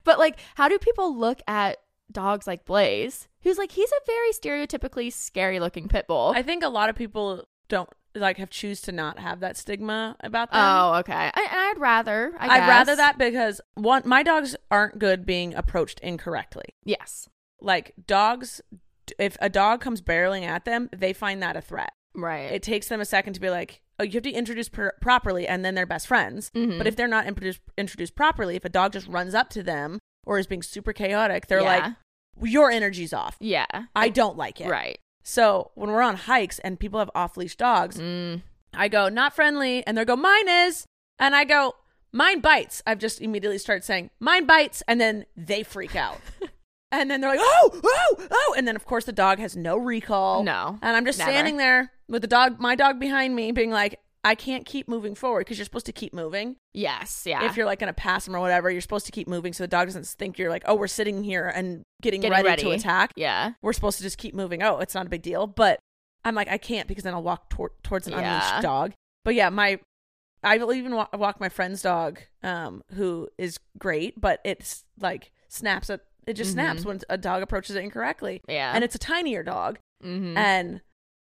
Speaker 1: But like, how do people look at dogs like Blaze? Who's like, he's a very stereotypically scary looking pit bull.
Speaker 3: I think a lot of people don't like have choose to not have that stigma about them.
Speaker 1: Oh, okay. I, and I'd rather. I
Speaker 3: would rather
Speaker 1: guess.
Speaker 3: that because one, my dogs aren't good being approached incorrectly.
Speaker 1: Yes.
Speaker 3: Like dogs, if a dog comes barreling at them, they find that a threat.
Speaker 1: Right.
Speaker 3: It takes them a second to be like, oh, you have to introduce per- properly, and then they're best friends.
Speaker 1: Mhm.
Speaker 3: But if they're not introduced introduced properly, if a dog just runs up to them or is being super chaotic, they're
Speaker 1: Yeah.
Speaker 3: like, your energy's off.
Speaker 1: yeah.
Speaker 3: I don't like it.
Speaker 1: Right.
Speaker 3: So when we're on hikes and people have off leash dogs, I go, not friendly. And they go, mine is. And I go, mine bites. I've just immediately started saying, mine bites. And then they freak out. and then they're like, oh, oh, oh. And then, of course, the dog has no recall.
Speaker 1: No,
Speaker 3: And I'm just
Speaker 1: never.
Speaker 3: standing there with the dog, my dog behind me, being like, I can't keep moving forward because you're supposed to keep moving.
Speaker 1: Yes. Yeah.
Speaker 3: If you're like going to pass them or whatever, you're supposed to keep moving so the dog doesn't think you're like, oh, we're sitting here and getting,
Speaker 1: Getting
Speaker 3: ready, to
Speaker 1: ready.
Speaker 3: attack.
Speaker 1: Yeah.
Speaker 3: We're supposed to just keep moving. Oh, it's not a big deal. But I'm like, I can't because then I'll walk tor- towards an
Speaker 1: Yeah.
Speaker 3: unleashed dog. But yeah, my, I've even wa- walked my friend's dog um, who is great, but it's like snaps at, it just snaps
Speaker 1: Mhm.
Speaker 3: when a dog approaches it incorrectly.
Speaker 1: Yeah.
Speaker 3: And it's a tinier dog.
Speaker 1: Mhm.
Speaker 3: And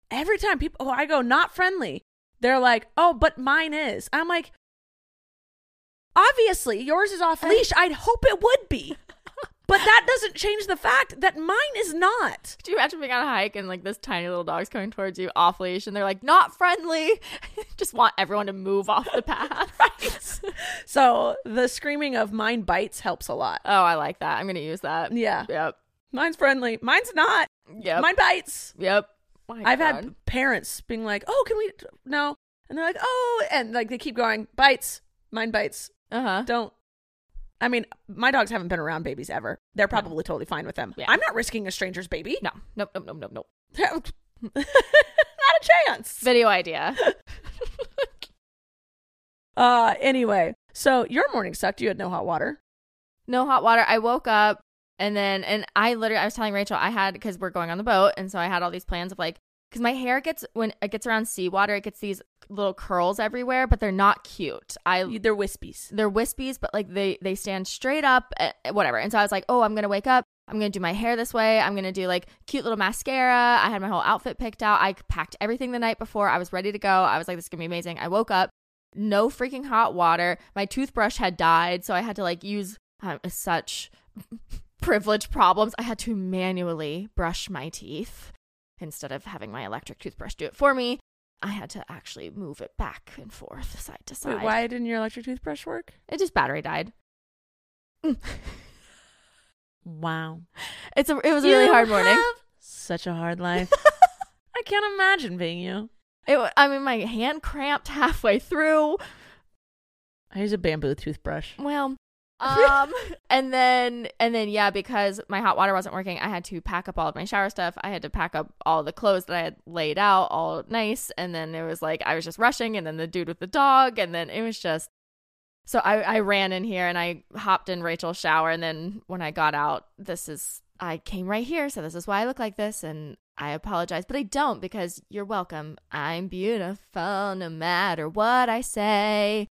Speaker 3: every time people, oh, I go, not friendly. They're like, oh, but mine is. I'm like, obviously yours is off leash. I'd hope it would be. But that doesn't change the fact that mine is not.
Speaker 1: Could you imagine being on a hike and like this tiny little dog's coming towards you off leash and they're like, not friendly. Just want everyone to move off the path.
Speaker 3: So the screaming of mine bites helps a lot.
Speaker 1: Oh, I like that. I'm going to use that.
Speaker 3: Yeah.
Speaker 1: Yep.
Speaker 3: Mine's friendly. Mine's not.
Speaker 1: Yep.
Speaker 3: Mine bites.
Speaker 1: Yep. My
Speaker 3: I've
Speaker 1: God.
Speaker 3: had parents being like, "Oh, can we no?" And they're like, "Oh," and like they keep going, "Bites. Mine bites."
Speaker 1: Uh-huh.
Speaker 3: Don't I mean, my dogs haven't been around babies ever. They're probably totally fine with them.
Speaker 1: Yeah.
Speaker 3: I'm not risking a stranger's baby.
Speaker 1: No. Nope. Nope. Nope. Nope. Nope.
Speaker 3: not a chance.
Speaker 1: Video idea.
Speaker 3: Uh anyway, so your morning sucked. You had no hot water.
Speaker 1: no hot water. I woke up and then and I literally I was telling Rachel I had because we're going on the boat and so I had all these plans of like because my hair gets when it gets around seawater it gets these little curls everywhere but they're not cute. I
Speaker 3: They're wispies.
Speaker 1: they're wispies but like they they stand straight up eh, eh, whatever. And so I was like oh I'm gonna wake up. I'm gonna do my hair this way. I'm gonna do like cute little mascara. I had my whole outfit picked out. I packed everything the night before. I was ready to go. I was like, this is gonna be amazing. I woke up no freaking hot water. My toothbrush had died, so I had to like use um, such privilege problems. I had to manually brush my teeth instead of having my electric toothbrush do it for me. I had to actually move it back and forth side to side.
Speaker 3: Wait, why didn't your electric toothbrush work?
Speaker 1: It just battery died.
Speaker 3: Wow.
Speaker 1: It's a, it was a really
Speaker 3: You
Speaker 1: hard morning.
Speaker 3: have Such a hard life. I can't imagine being you.
Speaker 1: It, wa- I mean, my hand cramped halfway through.
Speaker 3: I use a bamboo toothbrush.
Speaker 1: Well, um, and then and then yeah, because my hot water wasn't working, I had to pack up all of my shower stuff. I had to pack up all the clothes that I had laid out, all nice. And then it was like I was just rushing, and then the dude with the dog, and then it was just. So I I ran in here and I hopped in Rachel's shower, and then when I got out, this is I came right here, so this is why I look like this, and. I apologize, but I don't because you're welcome. I'm beautiful no matter what I say.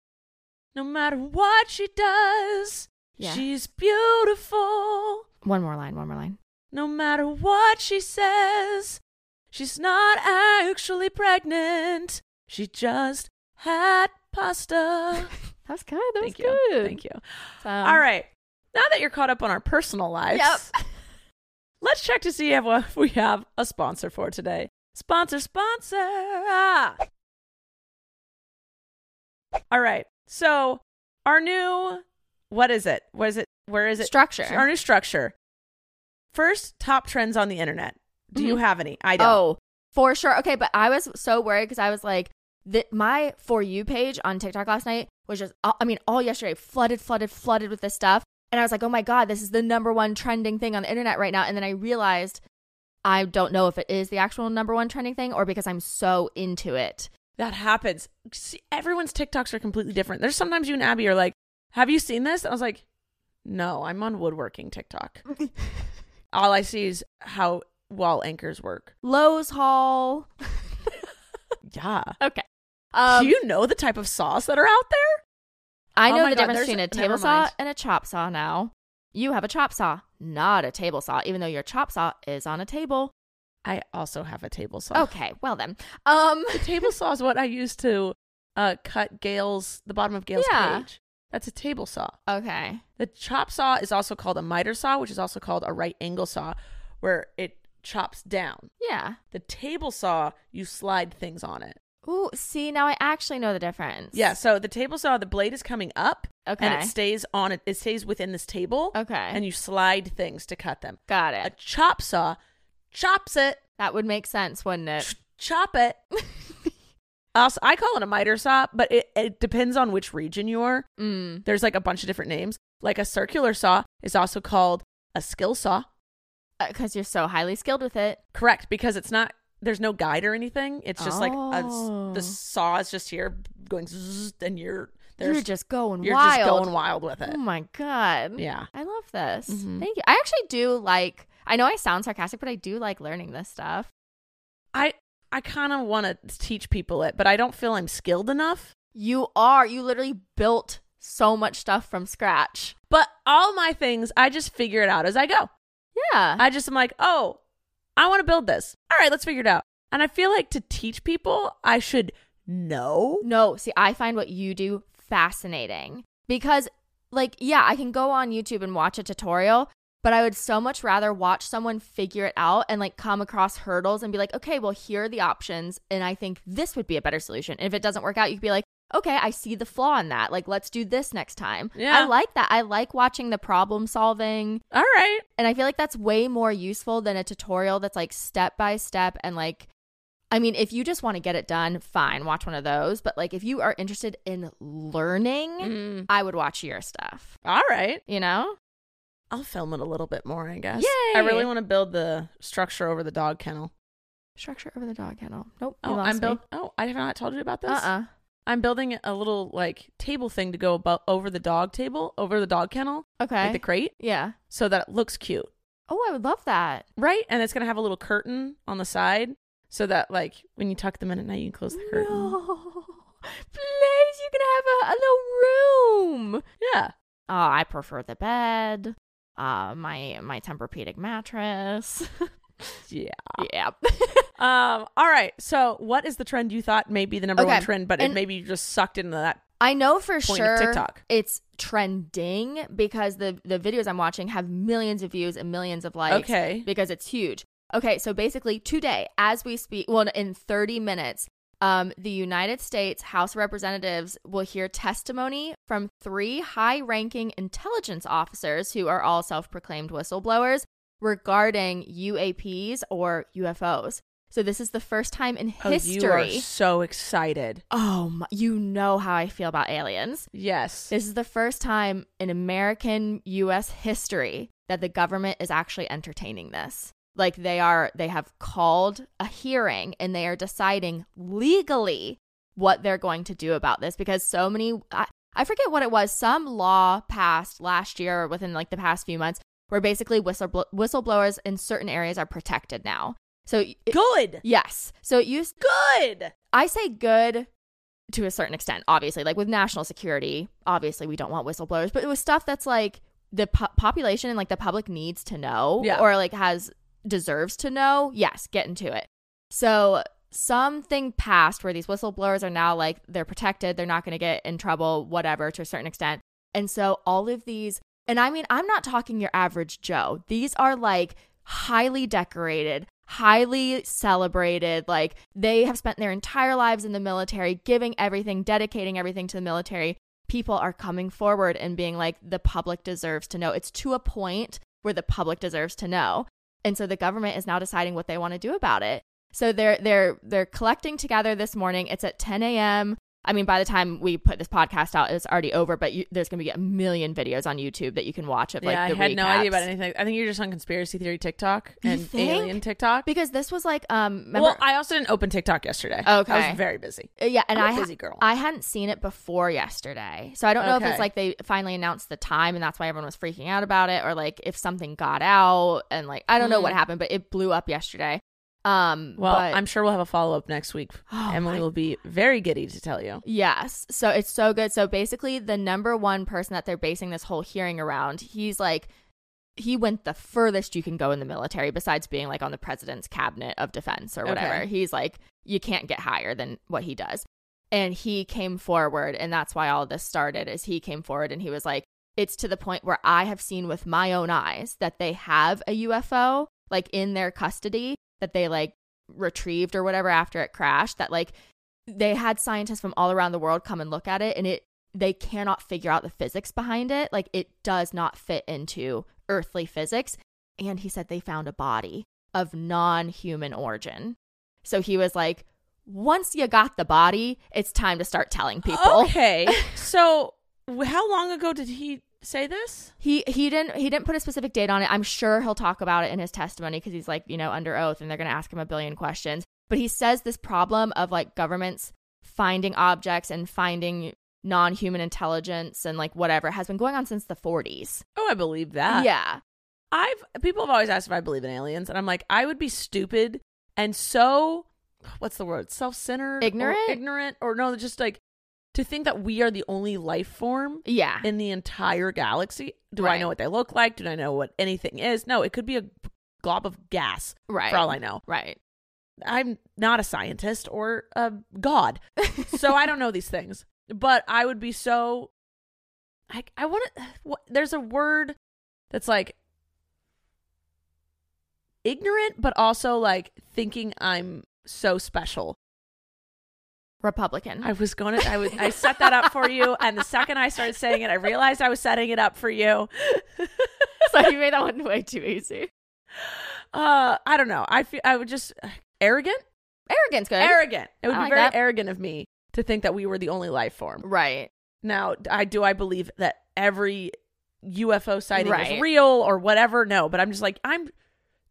Speaker 3: No matter what she does,
Speaker 1: Yeah.
Speaker 3: she's beautiful.
Speaker 1: One more line, one more line.
Speaker 3: No matter what she says, she's not actually pregnant. She just had pasta.
Speaker 1: That was good. That was
Speaker 3: Thank you.
Speaker 1: good.
Speaker 3: Thank you. Um, All right. Now that you're caught up on our personal lives,
Speaker 1: Um, Yep.
Speaker 3: let's check to see if we- if we have a sponsor for today. Sponsor, sponsor. Ah. All right. So, our new what is it? What is it? Where is it?
Speaker 1: Structure.
Speaker 3: Our new structure. First, top trends on the internet. Do you have any? I don't.
Speaker 1: Mm-hmm. Oh, for sure. Okay, but I was so worried because I was like, th- my for you page on TikTok last night was just, I mean, all yesterday flooded, flooded, flooded with this stuff, and I was like, oh my god, this is the number one trending thing on the internet right now. And then I realized I don't know if it is the actual number one trending thing or because I'm so into it.
Speaker 3: That happens. See, everyone's TikToks are completely different. There's sometimes you and Abby are like, "Have you seen this?" And I was like, "No, I'm on woodworking TikTok." All I see is how while anchors work.
Speaker 1: Lowe's Hall.
Speaker 3: Yeah.
Speaker 1: Okay. um
Speaker 3: Do you know the type of saws that are out there?
Speaker 1: I
Speaker 3: Oh
Speaker 1: know
Speaker 3: my
Speaker 1: the
Speaker 3: God,
Speaker 1: difference
Speaker 3: there's-
Speaker 1: between a
Speaker 3: never
Speaker 1: table saw
Speaker 3: mind.
Speaker 1: and a chop saw now. You have a chop saw, not a table saw, even though your chop saw is on a table.
Speaker 3: I also have a table saw.
Speaker 1: Okay, well then. Um
Speaker 3: The table saw is what I use to uh, cut Gail's the bottom of Gail's
Speaker 1: Yeah.
Speaker 3: cage. That's a table saw.
Speaker 1: Okay.
Speaker 3: The chop saw is also called a miter saw, which is also called a right angle saw, where it chops down.
Speaker 1: Yeah.
Speaker 3: The table saw, you slide things on it.
Speaker 1: Ooh, see now I actually know the difference.
Speaker 3: Yeah, so the table saw, the blade is coming up, and
Speaker 1: Okay.
Speaker 3: it stays on it. It stays within this table,
Speaker 1: Okay.
Speaker 3: and you slide things to cut them.
Speaker 1: got
Speaker 3: A
Speaker 1: it.
Speaker 3: chop saw chops it,
Speaker 1: That would make sense, wouldn't it?
Speaker 3: chop it. also, I call it a miter saw, but it, it depends on which region you are.
Speaker 1: Mm.
Speaker 3: There's like a bunch of different names. Like a circular saw is also called a skill saw.
Speaker 1: Because Uh, you're so highly skilled with it.
Speaker 3: Correct, because it's not. There's no guide or anything. It's just like a s
Speaker 1: Oh.
Speaker 3: the saw is just here going, zzz, and you're there's,
Speaker 1: You're just going
Speaker 3: you're
Speaker 1: wild.
Speaker 3: just going wild with it.
Speaker 1: Oh my god.
Speaker 3: Yeah.
Speaker 1: I love this.
Speaker 3: Mhm.
Speaker 1: Thank you. I actually do like I know I sound sarcastic, but I do like learning this stuff.
Speaker 3: I I kind of want to teach people it, but I don't feel I'm skilled enough.
Speaker 1: You are. You literally built so much stuff from scratch.
Speaker 3: But all my things, I just figure it out as I go.
Speaker 1: Uh-huh. Yeah.
Speaker 3: I just am like, oh, I want to build this. All right, let's figure it out. And I feel like to teach people, I should know.
Speaker 1: No, see, I find what you do fascinating because, like, yeah, I can go on YouTube and watch a tutorial, but I would so much rather watch someone figure it out and, like, come across hurdles and be like, okay, well, here are the options. And I think this would be a better solution. And if it doesn't work out, you could be like, okay, I see the flaw in that. Like, let's do this next time.
Speaker 3: Yeah.
Speaker 1: I like that. I like watching the problem solving.
Speaker 3: All right.
Speaker 1: And I feel like that's way more useful than a tutorial that's like step by step and like I mean, if you just want to get it done, fine, watch one of those, but like if you are interested in learning,
Speaker 3: Mm.
Speaker 1: I would watch your stuff,
Speaker 3: All right.
Speaker 1: you know?
Speaker 3: I'll film it a little bit more, I guess.
Speaker 1: Yay!
Speaker 3: I really want to build the structure over the dog kennel.
Speaker 1: Structure over the dog kennel. Nope. you
Speaker 3: Oh,
Speaker 1: lost
Speaker 3: I'm
Speaker 1: me.
Speaker 3: build- Oh, I have not told you about this.
Speaker 1: Uh-uh.
Speaker 3: I'm building a little like table thing to go about over the dog table, over the dog kennel,
Speaker 1: Okay.
Speaker 3: like the crate,
Speaker 1: yeah.
Speaker 3: so that it looks cute,
Speaker 1: Oh, I would love that.
Speaker 3: right? And it's gonna have a little curtain on the side, so that like when you tuck them in at night, you can close the curtain.
Speaker 1: No. Please, you can have a, a little room.
Speaker 3: Yeah.
Speaker 1: Uh, I prefer the bed. Uh, my my Tempur-Pedic mattress.
Speaker 3: Yeah.
Speaker 1: yeah.
Speaker 3: Um. All right. So, what is the trend you thought may be the number one
Speaker 1: Okay,
Speaker 3: trend, but
Speaker 1: and-
Speaker 3: it maybe you just sucked into that?
Speaker 1: I know for
Speaker 3: point
Speaker 1: sure
Speaker 3: of TikTok.
Speaker 1: it's trending because the the videos I'm watching have millions of views and millions of likes.
Speaker 3: Okay.
Speaker 1: because it's huge. Okay, so basically today, as we speak, well, in 30 minutes, um, the United States House of Representatives will hear testimony from three high-ranking intelligence officers who are all self-proclaimed whistleblowers regarding UAPs or UFOs. So this is the first time in
Speaker 3: Oh,
Speaker 1: history.
Speaker 3: you are so excited.
Speaker 1: Oh, my, you know how I feel about aliens.
Speaker 3: Yes.
Speaker 1: This is the first time in American US history that the government is actually entertaining this. Like they are they have called a hearing and they are deciding legally what they're going to do about this because so many I, I forget what it was some law passed last year or within like the past few months where basically whistlebl- whistleblowers in certain areas are protected now. So it-
Speaker 3: Good.
Speaker 1: yes. So it used
Speaker 3: Good.
Speaker 1: I say good to a certain extent, obviously. Like with national security, obviously we don't want whistleblowers, but it was stuff that's like the po- population and like the public needs to know
Speaker 3: Yeah.
Speaker 1: or like has deserves to know. Yes, get into it. So something passed where these whistleblowers are now like they're protected, they're not going to get in trouble, whatever, to a certain extent. And so all of these, and I mean, I'm not talking your average Joe. These are like highly decorated, highly celebrated. Like they have spent their entire lives in the military, giving everything, dedicating everything to the military. People are coming forward and being like, the public deserves to know. It's to a point where the public deserves to know. And so the government is now deciding what they want to do about it. So they're they're they're collecting together this morning. It's at 10 a.m. I mean, by the time we put this podcast out, it's already over. But you, there's going to be a million videos on YouTube that you can watch of like.
Speaker 3: yeah, I
Speaker 1: the
Speaker 3: had no idea
Speaker 1: recaps.
Speaker 3: about anything. I think you're just on conspiracy theory TikTok
Speaker 1: You
Speaker 3: and
Speaker 1: think?
Speaker 3: alien TikTok.
Speaker 1: Because this was like, um, remember-
Speaker 3: well, I also didn't open TikTok yesterday.
Speaker 1: Okay,
Speaker 3: I was very busy.
Speaker 1: Uh, Yeah, and
Speaker 3: I'm a
Speaker 1: I ha-
Speaker 3: busy girl.
Speaker 1: I hadn't seen it before yesterday, so I don't know if
Speaker 3: Okay.
Speaker 1: it's like they finally announced the time, and that's why everyone was freaking out about it, or like if something got out, and like I don't know what
Speaker 3: Mm.
Speaker 1: happened, but it blew up yesterday. Um,
Speaker 3: Well,
Speaker 1: but-
Speaker 3: I'm sure we'll have a follow up next week. Emily will be very giddy to tell you.
Speaker 1: Yes. So it's so good. So basically, the number one person that they're basing this whole hearing around, he's like, he went the furthest you can go in the military besides being like on the president's cabinet of defense or whatever.
Speaker 3: Okay.
Speaker 1: He's like, you can't get higher than what he does. And he came forward, and that's why all this started. Is he came forward and he was like, it's to the point where I have seen with my own eyes that they have a UFO like in their custody that they like retrieved or whatever after it crashed that like they had scientists from all around the world come and look at it and it they cannot figure out the physics behind it like it does not fit into earthly physics and he said they found a body of non-human origin so he was like once you got the body it's time to start telling people
Speaker 3: Okay. so, w- how long ago did he say this?
Speaker 1: He he didn't he didn't put a specific date on it. I'm sure he'll talk about it in his testimony because he's like you know under oath and they're going to ask him a billion questions. But he says this problem of like governments finding objects and finding non-human intelligence and like whatever has been going on since the 40s.
Speaker 3: Oh, I believe that.
Speaker 1: yeah.
Speaker 3: I've people have always asked if I believe in aliens, and I'm like, I would be stupid and so what's the word? Self centered,
Speaker 1: Ignorant?
Speaker 3: or ignorant, or no, just like to think that we are the only life form
Speaker 1: Yeah.
Speaker 3: in the entire galaxy. Do I
Speaker 1: Right.
Speaker 3: know what they look like? Do I know what anything is? No, it could be a glob of gas.
Speaker 1: Right.
Speaker 3: For all I know,
Speaker 1: Right.
Speaker 3: I'm not a scientist or a god, so I don't know these things. But I would be so. I I want to. There's a word that's like ignorant, but also like thinking I'm so special.
Speaker 1: Republican.
Speaker 3: I was going to. I was. I set that up for you, and the second I started saying it, I realized I was setting it up for you.
Speaker 1: so you made that one way too easy.
Speaker 3: Uh, I don't know. I feel. I would just arrogant.
Speaker 1: Arrogance good.
Speaker 3: Arrogant. It would
Speaker 1: I
Speaker 3: be
Speaker 1: like
Speaker 3: very
Speaker 1: that.
Speaker 3: arrogant of me to think that we were the only life form.
Speaker 1: Right.
Speaker 3: Now, d- I do I believe that every UFO sighting
Speaker 1: Right.
Speaker 3: is real or whatever. No, but I'm just like I'm.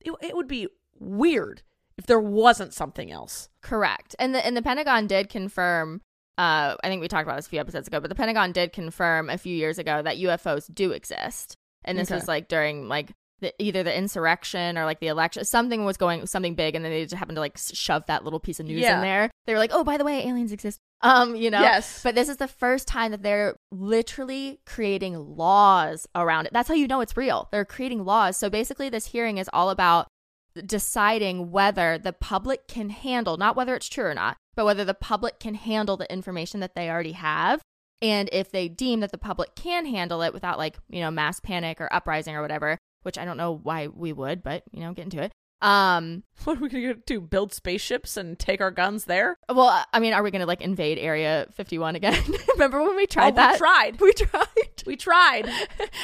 Speaker 3: It, it would be weird if there wasn't something else.
Speaker 1: Correct. And the and the Pentagon did confirm uh I think we talked about this a few episodes ago, but the Pentagon did confirm a few years ago that UFOs do exist. And this
Speaker 3: Okay.
Speaker 1: was like during like the, either the insurrection or like the election something was going something big and then they just happened to like s- shove that little piece of news
Speaker 3: Yeah.
Speaker 1: in there. They were like, "Oh, by the way, aliens exist." Um, you know.
Speaker 3: Yes.
Speaker 1: But this is the first time that they're literally creating laws around it. That's how you know it's real. They're creating laws. So basically this hearing is all about deciding whether the public can handle, not whether it's true or not, but whether the public can handle the information that they already have. And if they deem that the public can handle it without, like, you know, mass panic or uprising or whatever, which I don't know why we would, but, you know, get into it. Um,
Speaker 3: What are we gonna do? Build spaceships and take our guns there?
Speaker 1: well, I mean, are we going to like invade Area 51 again? Remember when we
Speaker 3: Oh,
Speaker 1: tried that?
Speaker 3: We tried.
Speaker 1: We tried.
Speaker 3: We tried.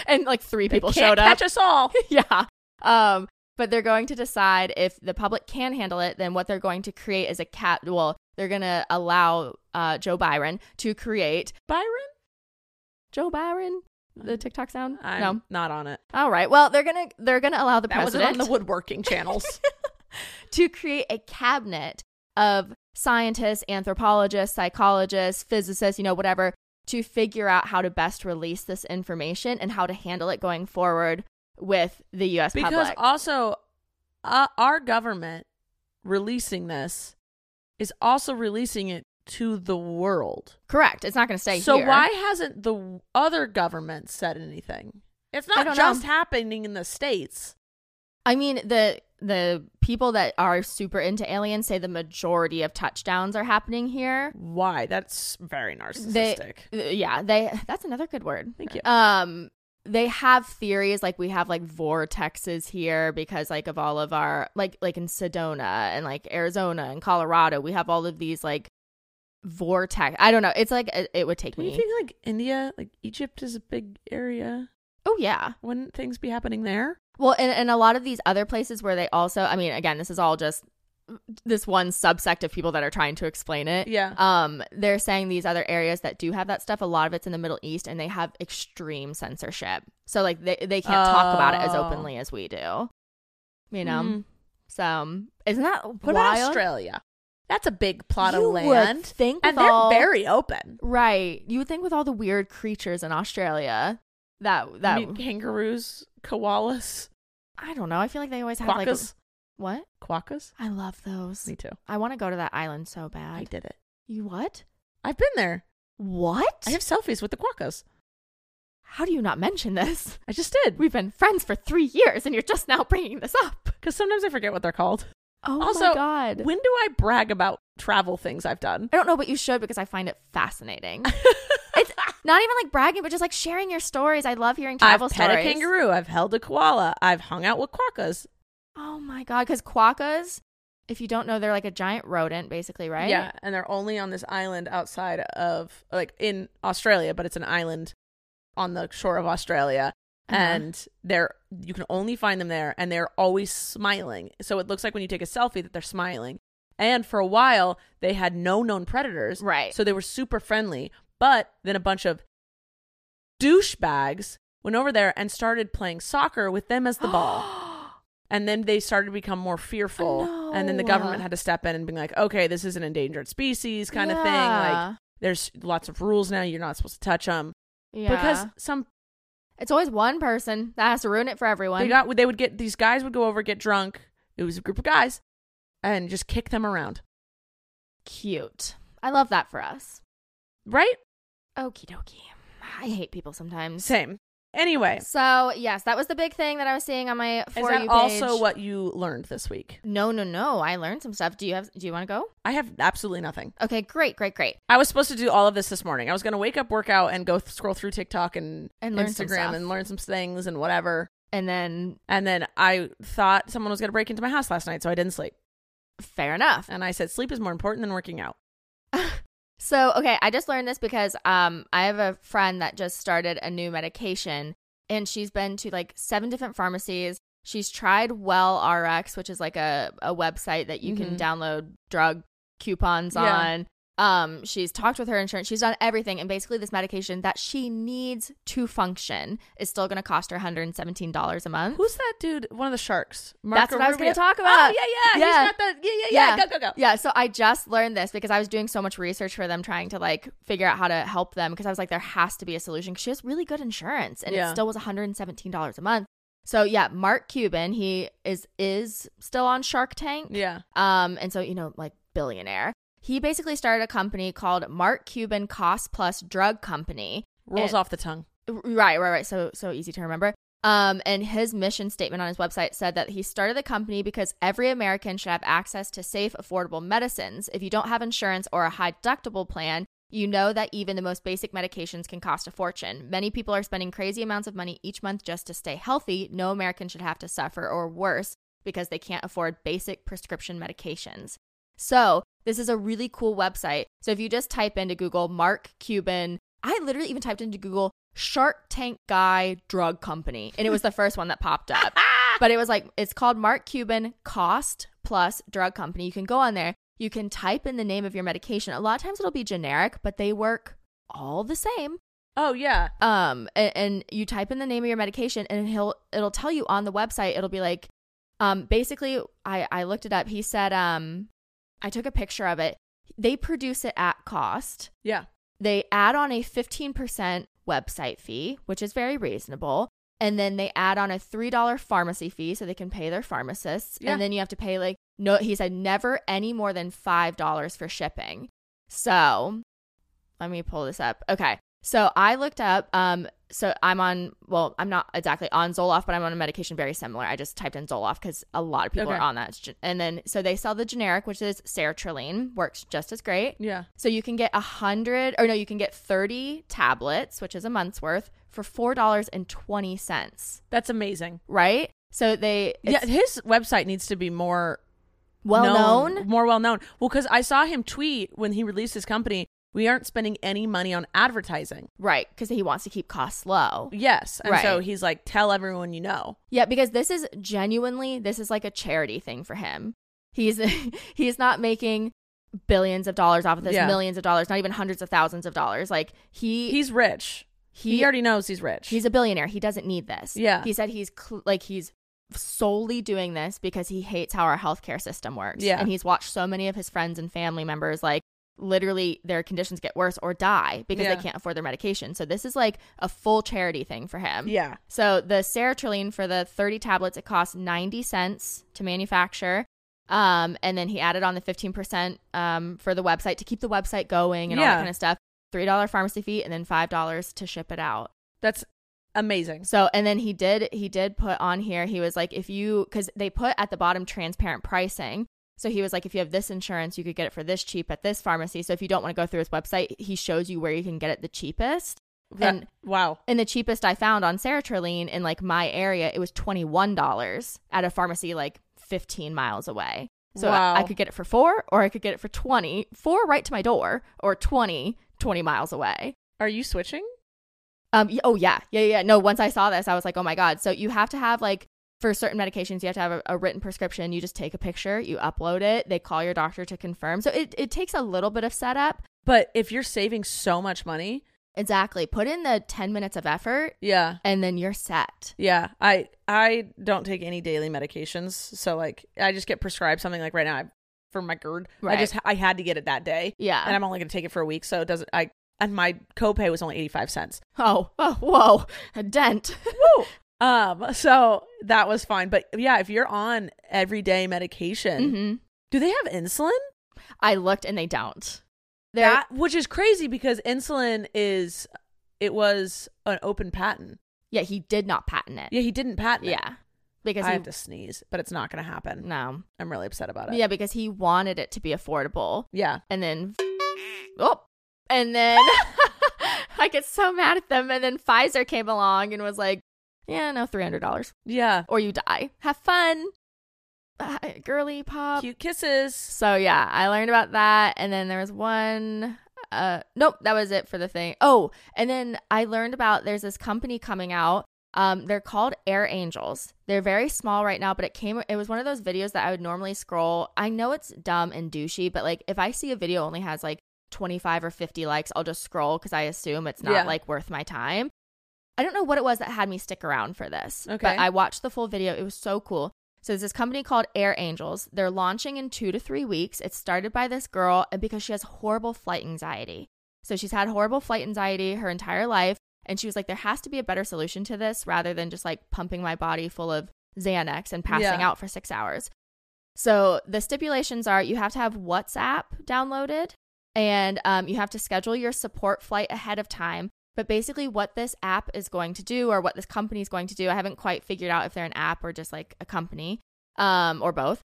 Speaker 1: and like three
Speaker 3: They
Speaker 1: people
Speaker 3: can't
Speaker 1: showed up.
Speaker 3: Catch us all.
Speaker 1: yeah. Um, but they're going to decide if the public can handle it, then what they're going to create is a cap. Well, they're going to allow uh, Joe Byron to create
Speaker 3: Byron.
Speaker 1: Joe Byron, the TikTok sound.
Speaker 3: I'm
Speaker 1: no.
Speaker 3: not on it.
Speaker 1: All right. Well, they're gonna they're gonna allow the
Speaker 3: That was
Speaker 1: president
Speaker 3: on the woodworking channels.
Speaker 1: to create a cabinet of scientists, anthropologists, psychologists, physicists, you know, whatever, to figure out how to best release this information and how to handle it going forward with the U.S.
Speaker 3: because
Speaker 1: public.
Speaker 3: also, uh, our government releasing this is also releasing it to the world.
Speaker 1: Correct. It's not going to stay
Speaker 3: so
Speaker 1: here.
Speaker 3: why hasn't the w- other government said anything? It's
Speaker 1: I
Speaker 3: not
Speaker 1: don't
Speaker 3: just
Speaker 1: know.
Speaker 3: happening in the states.
Speaker 1: I mean the the people that are super into aliens say the majority of touchdowns are happening here.
Speaker 3: Why? That's very
Speaker 1: They,
Speaker 3: narcissistic.
Speaker 1: yeah, they. That's another good word.
Speaker 3: Thank you.
Speaker 1: Um, they have theories like we have like vortexes here because like of all of our like like in Sedona and like Arizona and Colorado, we have all of these like vortex. I don't know. It's like it, it would take
Speaker 3: Do you
Speaker 1: me.
Speaker 3: think like India, like Egypt, is a big area?
Speaker 1: oh yeah.
Speaker 3: Wouldn't things be happening there?
Speaker 1: Well, and, and a lot of these other places where they also, I mean, again, this is all just this one subsect of people that are trying to explain it.
Speaker 3: Yeah.
Speaker 1: Um, they're saying these other areas that do have that stuff. A lot of it's in the Middle East, and they have extreme censorship. So like they they can't talk about it as
Speaker 3: Oh.
Speaker 1: openly as we do. You know.
Speaker 3: Mm.
Speaker 1: So isn't that
Speaker 3: What about
Speaker 1: wild?
Speaker 3: Australia? That's a big plot
Speaker 1: You
Speaker 3: of
Speaker 1: would
Speaker 3: land.
Speaker 1: think
Speaker 3: and
Speaker 1: with
Speaker 3: they're
Speaker 1: all-
Speaker 3: very open.
Speaker 1: Right. You would think with all the weird creatures in Australia that that
Speaker 3: I mean, kangaroos, koalas,
Speaker 1: I don't know. I feel like they always have like
Speaker 3: quokkas,
Speaker 1: what?
Speaker 3: quokkas.
Speaker 1: I love those.
Speaker 3: Me too.
Speaker 1: I want to go to that island so bad.
Speaker 3: I did it.
Speaker 1: You what?
Speaker 3: I've been there.
Speaker 1: What?
Speaker 3: I have selfies with the quokkas.
Speaker 1: How do you not mention this?
Speaker 3: I just did
Speaker 1: We've been friends for three years, and you're just now bringing this up.
Speaker 3: because sometimes I forget what they're called.
Speaker 1: Oh
Speaker 3: also,
Speaker 1: my god!
Speaker 3: when do I brag about travel things I've done?
Speaker 1: I don't know, but you should because I find it fascinating. it's not even like bragging, but just like sharing your stories. I love hearing travel
Speaker 3: I've pet
Speaker 1: stories.
Speaker 3: a kangaroo. I've held a koala. I've hung out with quokkas.
Speaker 1: Oh my god! Because quokkas, if you don't know, they're like a giant rodent, basically, right?
Speaker 3: Yeah, and they're only on this island outside of like in Australia, but it's an island on the shore of Australia.
Speaker 1: Uh-huh.
Speaker 3: And they're you can only find them there and they're always smiling. So it looks like when you take a selfie that they're smiling. And for a while they had no known predators.
Speaker 1: Right.
Speaker 3: So they were super friendly. But then a bunch of douchebags went over there and started playing soccer with them as the ball and then they started to become more fearful and then the
Speaker 1: No.
Speaker 3: government had to step in and be like okay this is an endangered species kind of thing like
Speaker 1: Yeah.
Speaker 3: there's lots of rules now you're not supposed to touch them
Speaker 1: yeah.
Speaker 3: because some
Speaker 1: It's always one person that has to ruin it for everyone.
Speaker 3: they got they would get these guys would go over get drunk it was a group of guys and just kick them around
Speaker 1: Cute. I love that for us.
Speaker 3: right
Speaker 1: Okie dokie. I hate people sometimes.
Speaker 3: same anyway
Speaker 1: So yes, that was the big thing that I was seeing on my for
Speaker 3: is that
Speaker 1: you page.
Speaker 3: also what you learned this week
Speaker 1: No, no, no. I learned some stuff. Do you have? Do you want to go?
Speaker 3: i have absolutely nothing
Speaker 1: Okay, great, great, great.
Speaker 3: I was supposed to do all of this this morning. I was going to wake up, work out, and go th- scroll through TikTok and,
Speaker 1: And learn some
Speaker 3: Instagram
Speaker 1: stuff.
Speaker 3: and learn some things and whatever.
Speaker 1: And then
Speaker 3: And then I thought someone was going to break into my house last night, so I didn't sleep.
Speaker 1: fair enough.
Speaker 3: And I said, sleep is more important than working out.
Speaker 1: So, okay, I just learned this because um I have a friend that just started a new medication and she's been to like seven different pharmacies. She's tried Well RX, which is like a, a website that you can
Speaker 3: Mhm.
Speaker 1: download drug coupons
Speaker 3: Yeah.
Speaker 1: on. Um, she's talked with her insurance, she's done everything, and basically this medication that she needs to function is still gonna cost her $117 a month.
Speaker 3: Who's that dude? One of the sharks.
Speaker 1: That's what I was gonna
Speaker 3: Rubio?
Speaker 1: talk about.
Speaker 3: Oh, yeah, yeah.
Speaker 1: Yeah.
Speaker 3: He's got the, yeah, yeah, yeah. Go, go, go.
Speaker 1: Yeah, so I just learned this because I was doing so much research for them trying to like figure out how to help them because I was like, there has to be a solution. 'Cause She has really good insurance and
Speaker 3: Yeah.
Speaker 1: it still was $117 a month. So yeah, Mark Cuban, he is is still on Shark Tank.
Speaker 3: Yeah.
Speaker 1: Um, and so, you know, like billionaire. He basically started a company called Mark Cuban Cost Plus Drug Company.
Speaker 3: Rolls
Speaker 1: And-
Speaker 3: off the tongue.
Speaker 1: Right, right, right. So so easy to remember. Um, and his mission statement on his website said that he started the company because every American should have access to safe, affordable medicines. If you don't have insurance or a high deductible plan, you know that even the most basic medications can cost a fortune. Many people are spending crazy amounts of money each month just to stay healthy. No American should have to suffer or worse because they can't afford basic prescription medications. So, this is a really cool website. So, if you just type into Google Mark Cuban, I literally even typed into Google Shark Tank Guy Drug Company, and it was the first one that popped up. But it was like, it's called Mark Cuban Cost Plus Drug Company. You can go on there, you can type in the name of your medication. A lot of times it'll be generic, but they work all the same
Speaker 3: Oh, yeah.
Speaker 1: um and, and you type in the name of your medication and he'll it'll tell you on the website it'll be like um basically i i looked it up he said um i took a picture of it they produce it at cost
Speaker 3: Yeah.
Speaker 1: they add on a 15% website fee which is very reasonable and then they add on a $3 pharmacy fee so they can pay their pharmacists
Speaker 3: Yeah.
Speaker 1: and then you have to pay like no he said never any more than $5 for shipping so let me pull this up. Okay. So I looked up um so I'm on well, I'm not exactly on Zoloft, but I'm on a medication very similar. I just typed in Zoloft cuz a lot of people
Speaker 3: Okay.
Speaker 1: are on that. It's gen- And then so they sell the generic which is sertraline, works just as great.
Speaker 3: Yeah.
Speaker 1: So you can get a 100 or no, you can get 30 tablets, which is a month's worth for $4.20,
Speaker 3: That's amazing.
Speaker 1: right? So they
Speaker 3: yeah. His website needs to be more
Speaker 1: well known.
Speaker 3: more well known. Well, because I saw him tweet when he released his company, we aren't spending any money on advertising.
Speaker 1: Right, cuz he wants to keep costs low.
Speaker 3: Yes, and so
Speaker 1: Right.
Speaker 3: he's like, tell everyone you know.
Speaker 1: Yeah, because this is genuinely this is like a charity thing for him. He's he's not making billions of dollars off of this,
Speaker 3: Yeah.
Speaker 1: millions of dollars, not even hundreds of thousands of dollars. Like he
Speaker 3: He's rich. He, already knows he's rich.
Speaker 1: He's a billionaire. He doesn't need this.
Speaker 3: Yeah.
Speaker 1: He said he's cl- like he's solely doing this because he hates how our healthcare system works.
Speaker 3: Yeah.
Speaker 1: And he's watched so many of his friends and family members like literally their conditions get worse or die because
Speaker 3: Yeah.
Speaker 1: they can't afford their medication. So this is like a full charity thing for him.
Speaker 3: Yeah.
Speaker 1: So the sertraline for the 30 tablets it costs 90 cents to manufacture. Um, and then he added on the 15% um, for the website to keep the website going and all
Speaker 3: Yeah.
Speaker 1: that kind of stuff. $3 pharmacy fee and then $5 to ship it out.
Speaker 3: That's amazing.
Speaker 1: So and then he did he did put on here he was like if you cuz they put at the bottom transparent pricing. So he was like if you have this insurance you could get it for this cheap at this pharmacy. So if you don't want to go through his website, he shows you where you can get it the cheapest.
Speaker 3: That-
Speaker 1: and
Speaker 3: wow.
Speaker 1: and the cheapest I found on sertraline in like my area, it was $21 at a pharmacy like 15 miles away. So I-
Speaker 3: Wow.
Speaker 1: I, could get it for 4 or I could get it for 20, 4 right to my door or 20 20 miles away.
Speaker 3: Are you switching?
Speaker 1: Um. y- Oh yeah. Yeah. Yeah. No. Once I saw this, I was like, oh my god. So you have to have like for certain medications, you have to have a, a written prescription. You just take a picture, you upload it, they call your doctor to confirm. So it it takes a little bit of setup.
Speaker 3: But if you're saving so much money,
Speaker 1: Exactly. Put in the ten minutes of effort,
Speaker 3: yeah.
Speaker 1: and then you're set.
Speaker 3: Yeah, I I don't take any daily medications, so like I just get prescribed something like right now I, for my GERD. I
Speaker 1: Right.
Speaker 3: just I had to get it that day.
Speaker 1: Yeah.
Speaker 3: and I'm only going to take it for a week, so it doesn't. I and my copay was only eighty five cents.
Speaker 1: Oh. Oh. Whoa. A dent.
Speaker 3: Woo! Um, so that was fine, but yeah, if you're on everyday medication,
Speaker 1: hmm
Speaker 3: do they have insulin?
Speaker 1: I looked and they don't. They're,
Speaker 3: That- which is crazy because insulin is it was an open patent.
Speaker 1: yeah. He did not patent it.
Speaker 3: Yeah, he didn't patent. it.
Speaker 1: Yeah. Because
Speaker 3: I
Speaker 1: he
Speaker 3: have to sneeze, but it's not going to happen.
Speaker 1: no.
Speaker 3: I'm really upset about it.
Speaker 1: Yeah. Because he wanted it to be affordable.
Speaker 3: yeah.
Speaker 1: and then oh and then i get so mad at them and then pfizer came along and was like yeah no $300
Speaker 3: Yeah.
Speaker 1: or you die have fun Bye, girly pop
Speaker 3: Cute kisses.
Speaker 1: so yeah i learned about that and then there was one uh nope that was it for the thing oh and then i learned about there's this company coming out um they're called air angels they're very small right now but it came it was one of those videos that i would normally scroll i know it's dumb and douchey but like if i see a video only has like 25 or 50 likes i'll just scroll because i assume it's not
Speaker 3: Yeah.
Speaker 1: like worth my time i don't know what it was that had me stick around for this
Speaker 3: Okay.
Speaker 1: but i watched the full video it was so cool so there's this company called Air Angels. They're launching in two to three weeks. It's started by this girl, and because she has horrible flight anxiety, so she's had horrible flight anxiety her entire life, and she was like, there has to be a better solution to this rather than just like pumping my body full of Xanax and passing
Speaker 3: Yeah.
Speaker 1: out for six hours. So the stipulations are you have to have WhatsApp downloaded, and um, you have to schedule your support flight ahead of time. But basically, what this app is going to do, or what this company is going to do, I haven't quite figured out if they're an app or just like a company um, or both.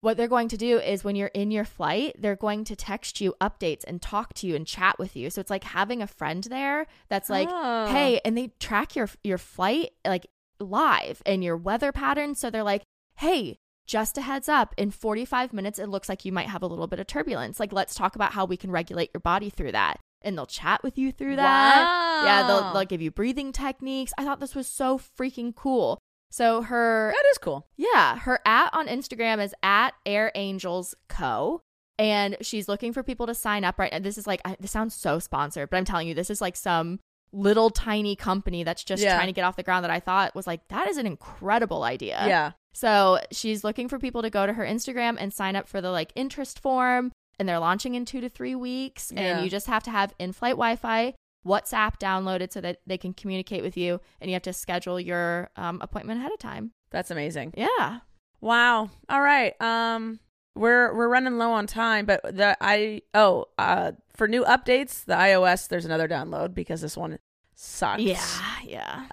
Speaker 1: What they're going to do is when you're in your flight, they're going to text you updates and talk to you and chat with you. So it's like having a friend there that's like,
Speaker 3: Oh.
Speaker 1: hey, and they track your your flight like live and your weather patterns. So they're like, hey, just a heads up, in 45 minutes, it looks like you might have a little bit of turbulence. Like, let's talk about how we can regulate your body through that. And they'll chat with you through that. Yeah,
Speaker 3: Wow.
Speaker 1: they'll, they'll give you breathing techniques. I thought this was so freaking cool. So her
Speaker 3: That is cool.
Speaker 1: yeah, her at on Instagram is at Air Angels Co. And she's looking for people to sign up right now. This is like, I, this sounds so sponsored, but I'm telling you, this is like some little tiny company that's just
Speaker 3: Yeah.
Speaker 1: trying to get off the ground that I thought was like, that is an incredible idea.
Speaker 3: yeah.
Speaker 1: So she's looking for people to go to her Instagram and sign up for the like interest form. And they're launching in two to three weeks.
Speaker 3: Yeah.
Speaker 1: And you just have to have in flight Wi Fi, WhatsApp downloaded so that they can communicate with you. And you have to schedule your um, appointment ahead of time.
Speaker 3: That's amazing.
Speaker 1: Yeah.
Speaker 3: Wow. All right. Um we're we're running low on time, but the I oh, uh for new updates, the iOS there's another download because this one sucks.
Speaker 1: yeah.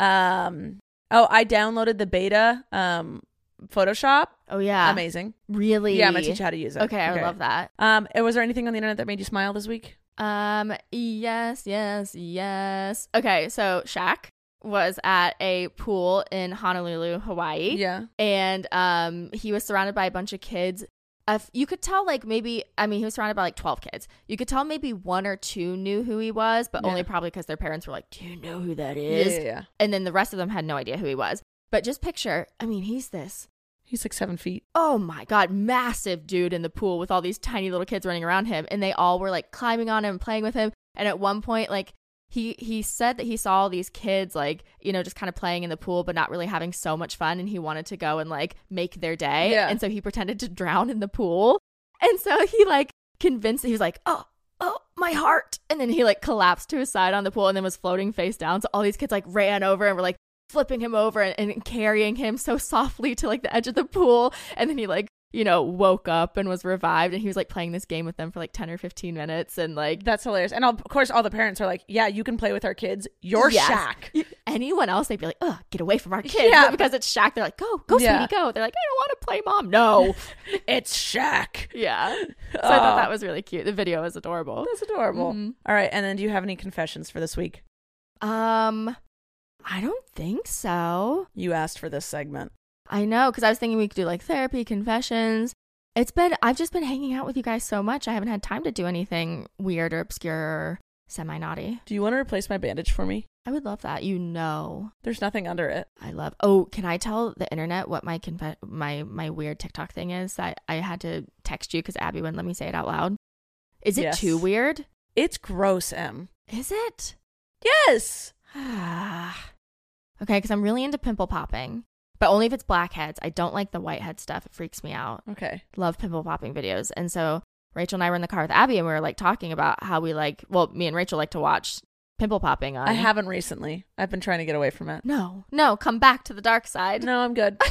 Speaker 3: Um oh, I downloaded the beta um Photoshop.
Speaker 1: Oh yeah.
Speaker 3: Amazing.
Speaker 1: Really?
Speaker 3: Yeah, I'm going to teach you how to use it.
Speaker 1: Okay, I love that.
Speaker 3: Um and was there anything on the internet that made you smile this week?
Speaker 1: Um yes, yes, yes. Okay, so Shaq was at a pool in Honolulu, Hawaii.
Speaker 3: Yeah.
Speaker 1: And um he was surrounded by a bunch of kids. If you could tell like maybe I mean he was surrounded by like 12 kids. You could tell maybe one or two knew who he was, but
Speaker 3: Yeah.
Speaker 1: only probably cuz their parents were like, "Do you know who that
Speaker 3: Yeah,
Speaker 1: is?"
Speaker 3: yeah, yeah.
Speaker 1: And then the rest of them had no idea who he was. But just picture, I mean, he's this
Speaker 3: He's like seven feet.
Speaker 1: Oh my god, massive dude in the pool with all these tiny little kids running around him, and they all were like climbing on him, and playing with him. And at one point, like he he said that he saw all these kids like you know just kind of playing in the pool, but not really having so much fun, and he wanted to go and like make their day.
Speaker 3: Yeah.
Speaker 1: And so he pretended to drown in the pool, and so he like convinced he was like, oh. Oh, my heart. And then he like collapsed to his side on the pool and then was floating face down. So all these kids like ran over and were like flipping him over and, and carrying him so softly to like the edge of the pool. And then he like, you know, woke up and was revived and he was like playing this game with them for like 10 or 15 minutes. And like,
Speaker 3: That's hilarious. And of course, all the parents are like, "Yeah, you can play with our kids. You're
Speaker 1: Yes.
Speaker 3: Shaq."
Speaker 1: anyone else, they'd be like, ugh, get away from our kid.
Speaker 3: Yeah.
Speaker 1: But because it's Shaq, they're like, go, go,
Speaker 3: Yeah.
Speaker 1: sweetie, go. They're like, I don't want to play mom. No.
Speaker 3: It's Shaq.
Speaker 1: yeah. So I thought
Speaker 3: Aw.
Speaker 1: that was really cute. The video is adorable.
Speaker 3: That's adorable.
Speaker 1: Mhm.
Speaker 3: All right. And then, do you have any confessions for this week?
Speaker 1: Um, I don't think so.
Speaker 3: You asked for this segment.
Speaker 1: I know, because I was thinking we could do like therapy, confessions. It's been, I've just been hanging out with you guys so much. I haven't had time to do anything weird or obscure or semi naughty.
Speaker 3: Do you want to replace my bandage for me?
Speaker 1: I would love that. You know,
Speaker 3: There's nothing under it.
Speaker 1: I love. Oh, can I tell the internet what my conf- my my weird TikTok thing is that I had to text you because Abby wouldn't let me say it out loud? Is it
Speaker 3: Yes.
Speaker 1: too weird?
Speaker 3: It's gross, M.
Speaker 1: Is it?
Speaker 3: Yes.
Speaker 1: okay, because I'm really into pimple popping, but only if it's blackheads. I don't like the whitehead stuff. It freaks me out.
Speaker 3: Okay.
Speaker 1: love pimple popping videos. And so Rachel and I were in the car with Abby and we were like talking about how we like, well, me and Rachel like to watch pimple popping on.
Speaker 3: I haven't recently. I've been trying to get away from it.
Speaker 1: No, no, come back to the dark side.
Speaker 3: No, I'm good.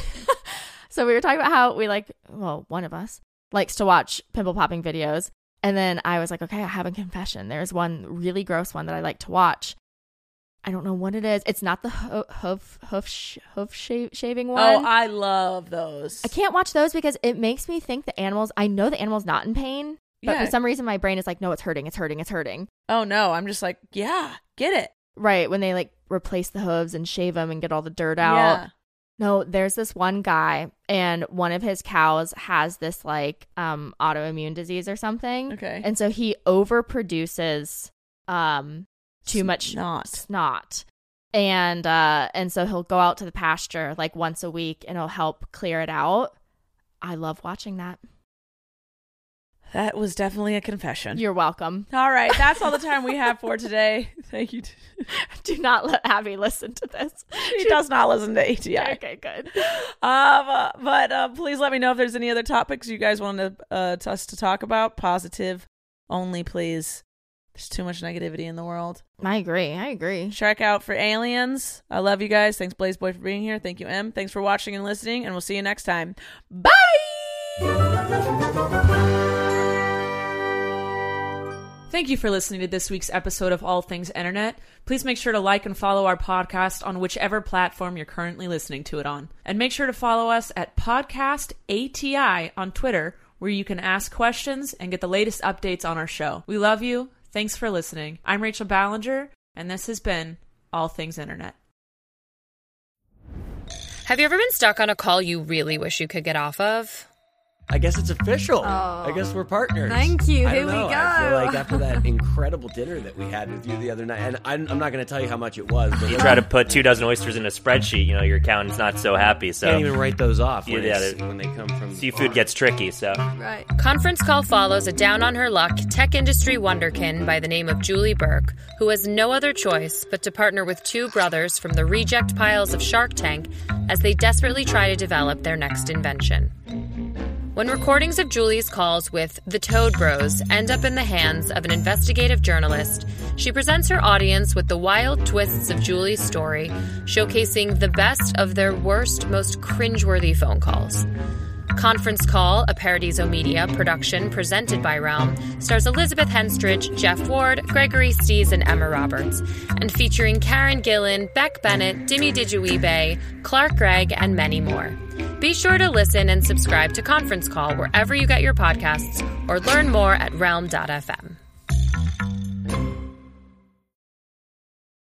Speaker 1: So we were talking about how we like, well, one of us likes to watch pimple popping videos. And then I was like, okay, I have a confession. There's one really gross one that I like to watch. I don't know what it is. It's not the ho- hoof hoof sh- hoof sha- shaving one.
Speaker 3: Oh, I love those.
Speaker 1: I can't watch those because it makes me think the animals. I know the animal's not in pain, but
Speaker 3: Yeah.
Speaker 1: for some reason my brain is like, no, it's hurting, it's hurting, it's hurting.
Speaker 3: Oh no, I'm just like, yeah, get it.
Speaker 1: Right when they like replace the hooves and shave them and get all the dirt out.
Speaker 3: Yeah.
Speaker 1: No, there's this one guy, and one of his cows has this like um autoimmune disease or something,
Speaker 3: Okay.
Speaker 1: and so he overproduces um too much
Speaker 3: Not.
Speaker 1: snot. And uh and so he'll go out to the pasture like once a week and he'll help clear it out. I love watching that.
Speaker 3: That was definitely a confession.
Speaker 1: You're welcome.
Speaker 3: all right, that's all the time we have for today. Thank you.
Speaker 1: Do not let Abby listen to this.
Speaker 3: She does not listen to ATI.
Speaker 1: Okay, good.
Speaker 3: Um, uh, but uh, please let me know if there's any other topics you guys want to, uh, to us to talk about. Positive only, please. There's too much negativity in the world.
Speaker 1: I agree. I agree.
Speaker 3: Check out for aliens. I love you guys. Thanks, Blaze Boy, for being here. Thank you, M. Thanks for watching and listening, and we'll see you next time. Bye.
Speaker 4: Thank you for listening to this week's episode of All Things Internet. Please make sure to like and follow our podcast on whichever platform you're currently listening to it on. And make sure to follow us at Podcast ATI on Twitter, where you can ask questions and get the latest updates on our show. We love you. Thanks for listening. I'm Rachel Ballinger, and this has been All Things Internet.
Speaker 5: Have you ever been stuck on a call you really wish you could get off of?
Speaker 6: I guess it's official. I guess we're partners.
Speaker 5: Thank you.
Speaker 6: I don't
Speaker 5: Here we
Speaker 6: know. I feel
Speaker 5: go.
Speaker 6: like after that incredible dinner that we had with you the other night, and I'm, I'm not going to tell you how much it was. But
Speaker 7: You try to put two dozen oysters in a spreadsheet, you know, your accountant's not so happy. So
Speaker 6: Can't even write those off
Speaker 7: Yeah,
Speaker 6: when
Speaker 7: yeah,
Speaker 6: it's-
Speaker 7: the-
Speaker 6: when they come from the
Speaker 7: seafood
Speaker 6: farm.
Speaker 7: gets tricky. So
Speaker 5: Right. Conference call follows a down on her luck tech industry wonderkin by the name of Julie Burke, who has no other choice but to partner with two brothers from the reject piles of Shark Tank as they desperately try to develop their next invention. When recordings of Julie's calls with the Toad Bros end up in the hands of an investigative journalist, she presents her audience with the wild twists of Julie's story, showcasing the best of their worst, most cringeworthy phone calls. Conference Call, a Paradiso Media production presented by Realm, stars Elizabeth Henstridge, Jeff Ward, Gregory Stees, and Emma Roberts, and featuring Karen Gillan, Beck Bennett, Dimi Dijuibe, Clark Gregg, and many more. Be sure to listen and subscribe to Conference Call wherever you get your podcasts, or learn more at realm.fm.